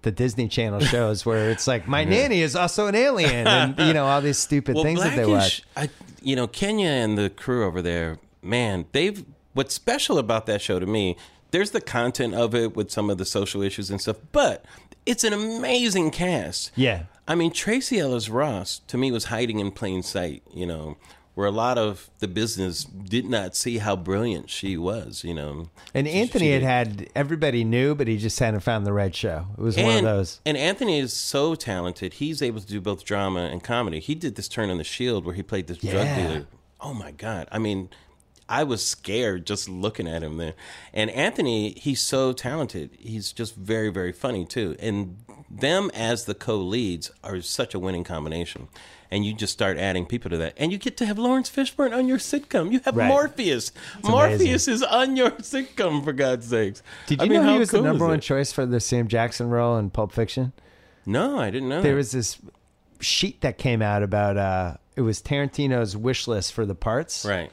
the Disney Channel shows where it's like my nanny is also an alien and you know, all these stupid things that they watch.
I, you know, Kenya and the crew over there, man, they've what's special about that show to me. There's the content of it with some of the social issues and stuff, but it's an amazing cast.
Yeah.
I mean, Tracy Ellis Ross to me was hiding in plain sight, you know, where a lot of the business did not see how brilliant she was, you know.
And
She-
Anthony
she
had
did.
had everybody knew, but he just hadn't found the right show. It was one of
and,
those.
And Anthony is so talented. He's able to do both drama and comedy. He did this turn on the Shield where he played this drug
Yeah.
dealer. Oh my god! I mean, I was scared just looking at him there. And Anthony, he's so talented. He's just very, very funny too. And them as the co-leads are such a winning combination. And you just start adding people to that, and you get to have Lawrence Fishburne on your sitcom. You have
Right.
Morpheus.
amazing.
Morpheus is on your sitcom for God's sakes.
Did
I
you
mean,
know
how
he was
cool
the number
is
one
it?
choice for the Sam Jackson role in Pulp Fiction?
no, I didn't know.
There
that.
was this sheet that came out about uh, it was Tarantino's wish list for the parts,
right.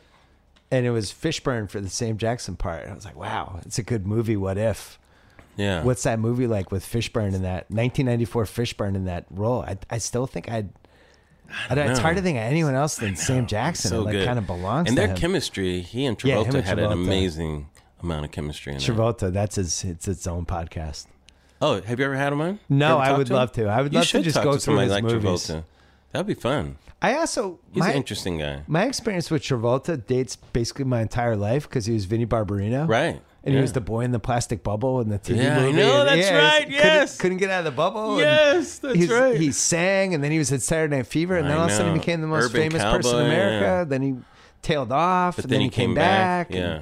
and it was Fishburne for the Sam Jackson part. And I was like, wow, it's a good movie. What if?
Yeah.
What's that movie like with Fishburne in that 1994 Fishburne in that role? I, I still think I'd. I don't, it's
know.
hard to think of anyone else than Sam Jackson.
so
it like
good.
kind of belongs
And
to
their
him.
chemistry, he and Travolta
Yeah, him and
had
Travolta.
an amazing amount of chemistry. In there.
Travolta, that's his. It's its own podcast.
Oh, have you ever had him on? You
No,
ever
I
talked
would
him?
love to. I would
You
love to
should
just
talk
go
to
through
somebody
his
like
movies.
Travolta. That'd be fun.
I also
He's
my
an interesting guy,
my experience with Travolta dates basically my entire life because he was Vinnie Barbarino,
right?
And he was
Yeah.
the boy in the plastic bubble in the TV
Yeah, I
movie.
know,
and-
that's
he was-
right,
couldn't-
yes.
couldn't, get out of the bubble. and
Yes, that's
he's-
right.
He sang, and then he was at Saturday Night Fever, and then
I
all of a sudden he
know.
became the most
Urban
famous person in
cowboy, yeah.
America. Then he tailed off, and
then he came back,
and
yeah.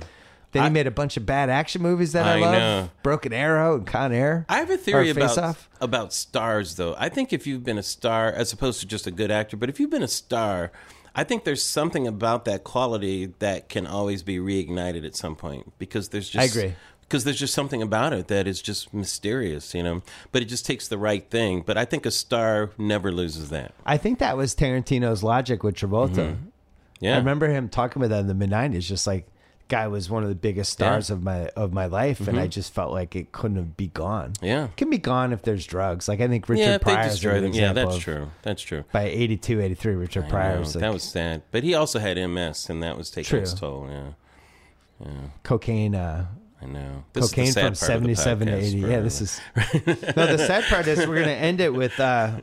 Then he
I-
made a bunch of bad action movies that I,
I
love,
know.
Broken Arrow and Con Air.
I have a theory
or
about
Face Off.
about stars, though. I think if you've been a star, as opposed to just a good actor, but if you've been a star, I think there's something about that quality that can always be reignited at some point because there's just
I agree.
Because there's just something about it that is just mysterious, you know. But it just takes the right thing. But I think a star never loses that.
I think that was Tarantino's logic with Travolta.
Yeah,
I remember him talking about that in the mid '90s, just like guy was one of the biggest stars of my of my life, and
Mm-hmm.
I just felt like it couldn't have be gone.
Yeah.
It can be gone if there's drugs. Like I think Richard
yeah, if they
Pryor is a
destroy
good
them. Yeah,
example
that's
of-
true. That's true.
By 82, 83, Richard Pryor
Yeah,
was like
that was sad. But he also had MS, and that was taking
True.
its toll. Yeah,
cocaine. Uh,
I know. This is the
cocaine
sad
from
part of the
77 to
podcast
80
for-
yeah this is no the sad part is we're gonna end it with uh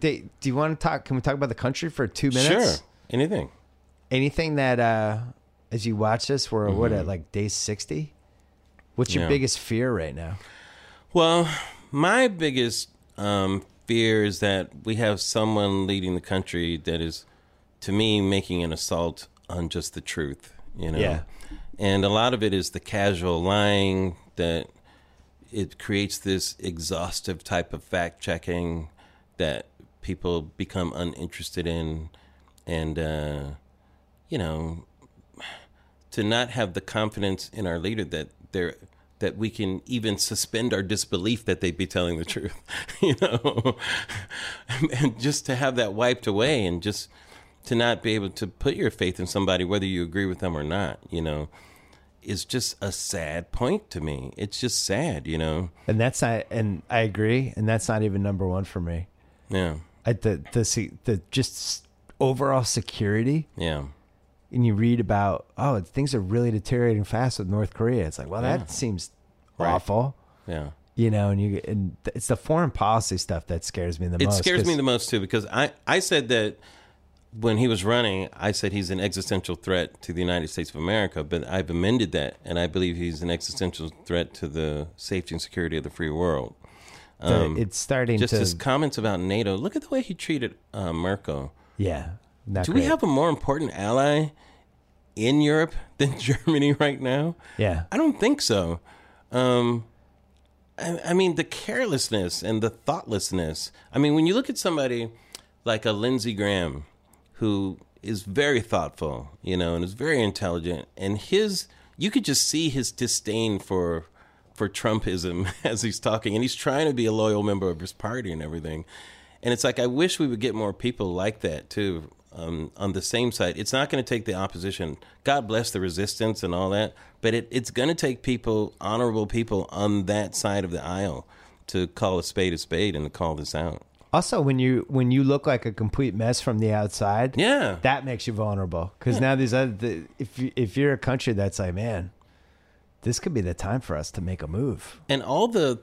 they, do you want to talk can we talk about the country for two minutes
Sure. Anything.
anything that uh as you watch this we're what at like day 60 what's your
Mm-hmm. Yeah.
biggest fear right now
Well, my biggest um, fear is that we have someone leading the country that is, to me, making an assault on just the truth. You know,
Yeah.
and a lot of it is the casual lying that it creates this exhaustive type of fact checking that people become uninterested in, and uh, you know, to not have the confidence in our leader that they're that we can even suspend our disbelief that they'd be telling the truth, you know, and just to have that wiped away and just to not be able to put your faith in somebody whether you agree with them or not, you know, is just a sad point to me. It's just sad, you know.
and that's not and i agree and that's not even number one for me
Yeah,
I, the, the se- the just overall security
yeah,
and you read about oh things are really deteriorating fast with north korea it's like well that seems
Right.
awful
yeah.
you know, and you and th- it's the foreign policy stuff that scares me the
It
most.
scares
'cause-
me the most too because I, I said that when he was running, I said he's an existential threat to the United States of America, but I've amended that and I believe he's an existential threat to the safety and security of the free world.
the- it's starting
Just
to
his comments about NATO. Look at the way he treated uh, Merkel.
yeah. Not
Do we
great.
have a more important ally in Europe than Germany right now?
yeah?
I don't think so. Um, I, I mean, the carelessness and the thoughtlessness. I mean, when you look at somebody like a Lindsey Graham, who is very thoughtful, you know, and is very intelligent, and his, you could just see his disdain for for Trumpism as he's talking, and he's trying to be a loyal member of his party and everything. And it's like I wish we would get more people like that too um, on the same side. It's not going to take the opposition. God bless the resistance and all that, but it, it's going to take people, honorable people, on that side of the aisle to call a spade a spade and to call this out.
Also, when you when you look like a complete mess from the outside,
Yeah,
that makes you vulnerable because now these other the, if you, if you're a country that's like man, this could be the time for us to make a move.
and all the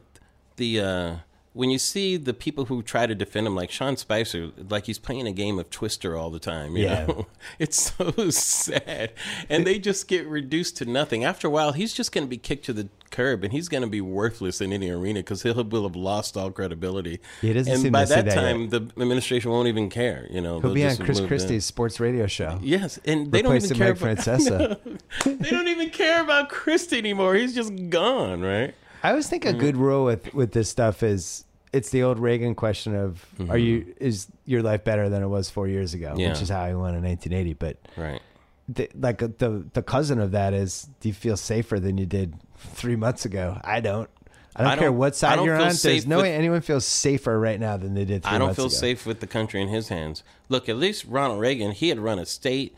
the uh, when you see the people who try to defend him, like Sean Spicer, like he's playing a game of Twister all the time. You
Yeah.
know, it's so sad, and they just get reduced to nothing. After a while, he's just going to be kicked to the curb, and he's going to be worthless in any arena because he will have lost all credibility.
He doesn't
and
seem
by
to say
that
that yet.
time, the administration won't even care. You know,
He'll
they'll
be on
just
Chris
move
Christie's
them.
sports radio show.
Yes, and they don't
Replace
even
him
care.
like
About,
Francesa.
they don't even care about Christie anymore. He's just gone, right?
I always think a
Mm-hmm.
good rule with with this stuff is it's the old Reagan question of are you is your life better than it was four years ago,
Mm-hmm. Yeah.
which is how he won in 1980. But
Right.
the, like uh, the the cousin of that is do you feel safer than you did three months ago? I don't. I don't,
I
care
don't-
what
I
side
don't
you're
feel
on. There's
safe
no
with-
way anyone feels safer right now than they did. Three
I don't
months
feel
ago.
safe with the country in his hands. Look, at least Ronald Reagan, he had run a state.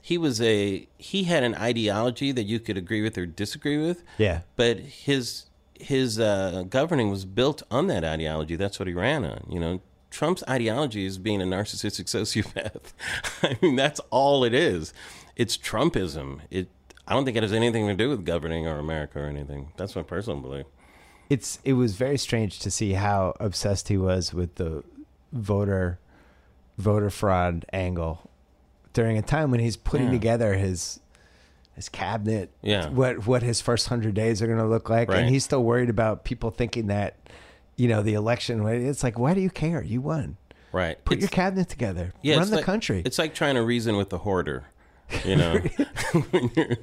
He was a he had an ideology that you could agree with or disagree with.
Yeah.
But his his uh, governing was built on that ideology. That's what he ran on. You know, Trump's ideology is being a narcissistic sociopath. I mean, that's all it is. It's Trumpism. It. I don't think it has anything to do with governing or America or anything. That's my personal belief.
It's it was very strange to see how obsessed he was with the voter voter fraud angle during a time when he's putting
Yeah.
together his his cabinet.
Yeah.
What what his first hundred days are going to look like,
Right.
and he's still worried about people thinking that you know the election. It's like why do you care? You won.
Right.
Put
It's-
your cabinet together.
Yeah,
Run
it's
the
like-
country.
It's like trying to reason with a hoarder. You know, when you're, when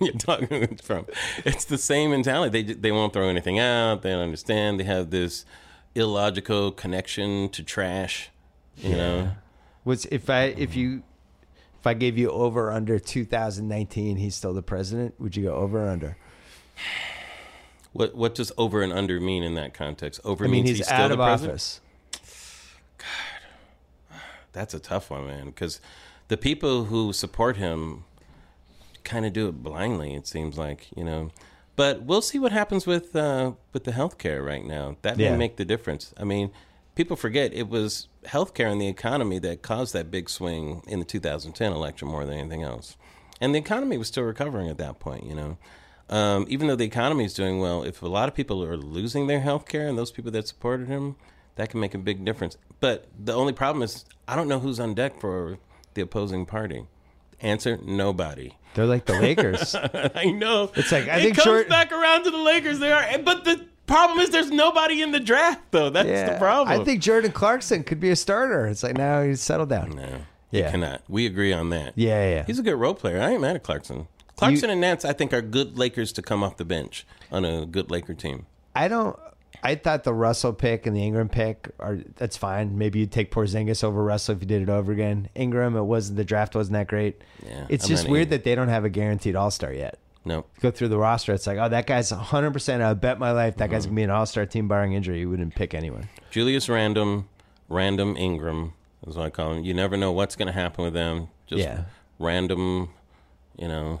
you're talking with Trump, it's the same mentality. They they won't throw anything out. They don't understand. They have this illogical connection to trash. You know,
Which if I if you if I gave you over under 2019, he's still the president. Would you go over or under?
what what does over and under mean in that context? Over
I mean,
means
he's,
he's, still
out
the
of
president?
office.
That's a tough one, man. Because the people who support him kind of do it blindly. It seems like you know, but we'll see what happens with uh, with the healthcare right now. That
Yeah.
may make the difference. I mean, people forget it was healthcare and the economy that caused that big swing in the 2010 election more than anything else. And the economy was still recovering at that point. You know, um, even though the economy is doing well, if a lot of people are losing their healthcare and those people that supported him, that can make a big difference. But the only problem is I don't know who's on deck for the opposing party. Answer: Nobody.
They're like the Lakers.
I know. It's
like, I
it
think
comes
short-
back around to the Lakers. They are, but the problem is there's nobody in the draft though. That's the problem.
I think Jordan Clarkson could be a starter. It's like now he's settled down.
no,
Yeah.
you cannot. We agree on that.
Yeah, yeah, yeah.
he's a good role player. I ain't mad at Clarkson. Clarkson and Nance, I think, are good Lakers to come off the bench on a good Laker team.
I don't. I thought the Russell pick and the Ingram pick are that's fine. Maybe you'd take Porzingis over Russell if you did it over again. Ingram, it wasn't the draft wasn't that great.
Yeah,
it's
I'm
just
not
weird
either.
that they don't have a guaranteed All Star yet.
No,
Go through the roster, it's like, oh, that guy's 100. percent I bet my life that guy's gonna be an All Star team barring injury. You wouldn't pick anyone.
Julius Random, Random Ingram is what I call him. You never know what's going to happen with them. Just
Yeah.
random, you know.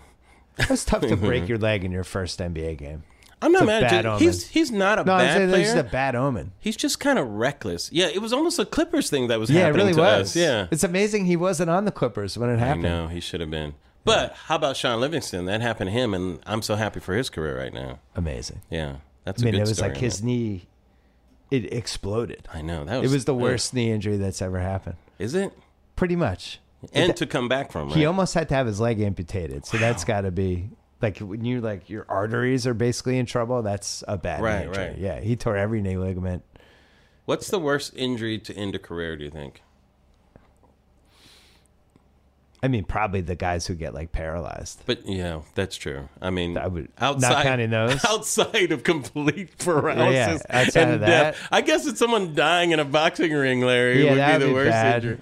It's tough to break your leg in your first NBA game.
I'm not
a
mad
bad
at Ju-
omen.
He's he's not a
No, I'm
bad
saying
player.
it's just a bad omen.
He's just kind of reckless. Yeah, it was almost a Clippers thing that was
Yeah, it
happening
really
to
was.
us. Yeah,
it's amazing he wasn't on the Clippers when it
I
happened.
know he should have been. But how about Sean Livingston? That happened to him, and I'm so happy for his career right now.
Amazing.
Yeah,
I
that's a
mean,
good
it was
story,
like his
man.
knee, it exploded.
I know that
It
was.
was the
uh,
worst knee injury that's ever happened.
Is it?
Pretty much.
And to come back from
He
right?
almost had to have his leg amputated. So that's got to be like when you like your arteries are basically in trouble. That's a bad knee
Right,
injury.
right.
Yeah, he tore every knee ligament.
What's the worst injury to end a career? Do you think?
I mean, probably the guys who get like paralyzed.
But yeah, that's true. I mean,
I would- not
outside
counting those.
outside of complete paralysis
Yeah, outside
and
of that.
death. I guess it's someone dying in a boxing ring, Larry.
Yeah,
would
that
be the
would be
worst
bad.
injury.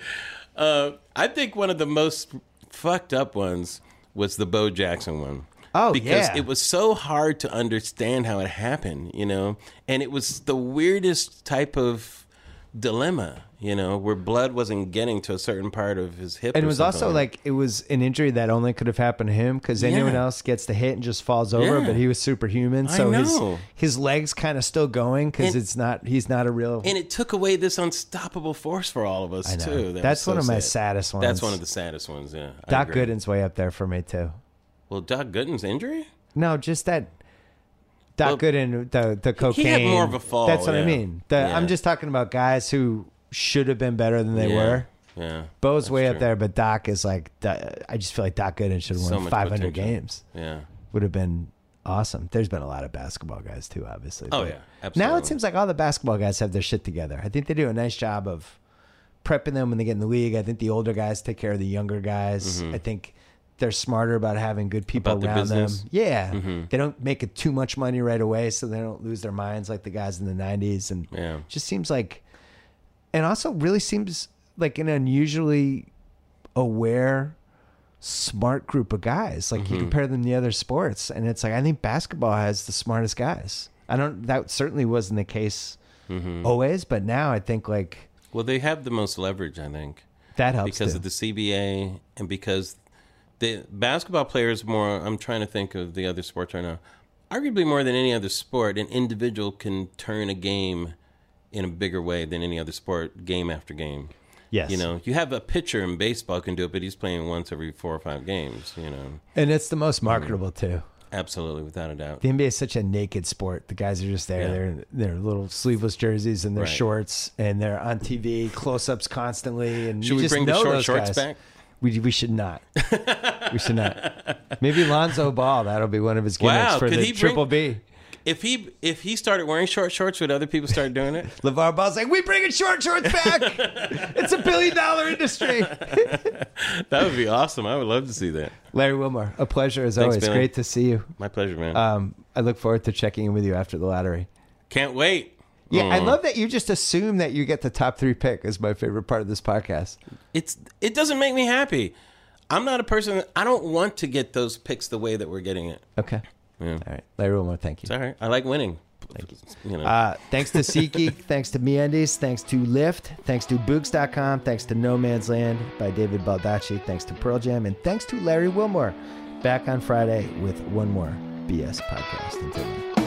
Uh, I think one of the most fucked up ones was the Bo Jackson one.
Oh,
because
yeah.
it was so hard to understand how it happened, you know, and it was the weirdest type of dilemma, you know, where blood wasn't getting to a certain part of his hip,
And
or
it was
something
also like it was an injury that only could have happened to him because anyone
Yeah.
else gets the hit and just falls over.
Yeah.
But he was superhuman,
I
so his
know.
his legs kind of still going because
And-
it's not he's not a real.
and it took away this unstoppable force for all of us
know.
too. That
That's
was so
one of my
sad.
saddest ones.
That's one of the saddest ones. Yeah, I
Doc
agree.
Gooden's way up there for me too.
Well, Doc Gooden's injury.
No, just that. Doc
Well,
Gooden, the the cocaine.
had more of a fall,
That's what I
yeah.
mean. The,
Yeah.
I'm just talking about guys who should have been better than they
yeah.
were.
Yeah.
Bo's
That's
way up
true.
there, but Doc is like. the- I just feel like Doc Gooden should have
So
won
much
500
potential.
games.
Yeah.
Would have been awesome. There's been a lot of basketball guys too, obviously.
Oh
but
yeah. Absolutely.
Now it seems like all the basketball guys have their shit together. I think they do a nice job of prepping them when they get in the league. I think the older guys take care of the younger guys. I think they're smarter about having good people
Mm-hmm. About their
around them.
business? Mm-hmm.
Yeah. They don't make it too much money right away so they don't lose their minds like the guys in the 90s and
Yeah.
it just seems like and also really seems like an unusually aware smart group of guys. Like
Mm-hmm.
you compare them to the other sports, and it's like I think basketball has the smartest guys. I don't. That certainly wasn't the case
Mm-hmm.
always, but now I think like
Well, they have the most leverage, I think,
that helps
because
too.
of the CBA and because the basketball players more. I'm trying to think of the other sports right now. Arguably more than any other sport, an individual can turn a game in a bigger way than any other sport, game after game.
yes,
You know, you have a pitcher in baseball can do it, but he's playing once every four or five games. You know,
and it's the most marketable too.
absolutely, without a doubt.
The NBA is such a naked sport. The guys are just there.
Yeah.
They're they're little sleeveless jerseys and their
Right.
shorts, and they're on TV, close ups constantly. And
Should
you
we
just
bring the
know
short
those
shorts
guys.
back?
We, we should not. we should not. Maybe Lonzo Ball. That'll be one of his gimmicks
Wow,
for
could
the
he bring-
Triple B.
If he if he started wearing short shorts, would other people start doing it?
LeVar Ball's like, we bringing short shorts back. it's a billion dollar industry.
that would be awesome. I would love to see that.
Larry Wilmore, a pleasure as
Thanks,
always.
Billy.
Great to see you.
My pleasure, man.
Um, I look forward to checking in with you after the lottery.
Can't wait.
Yeah,
Mm.
I love that you just assume that you get the top three pick is my favorite part of this podcast.
It's it doesn't make me happy. I'm not a person. I don't want to get those picks the way that we're getting it.
Okay.
Yeah.
All right. Larry Wilmore, thank you.
It's all right. I like winning. Thank you. know.
Uh, thanks to SeatGeek, thanks to MeUndies, thanks to Lyft, thanks to Books.com, thanks to No Man's Land by David Baldacci, thanks to Pearl Jam, and thanks to Larry Wilmore. back on Friday with one more BS podcast. Until then.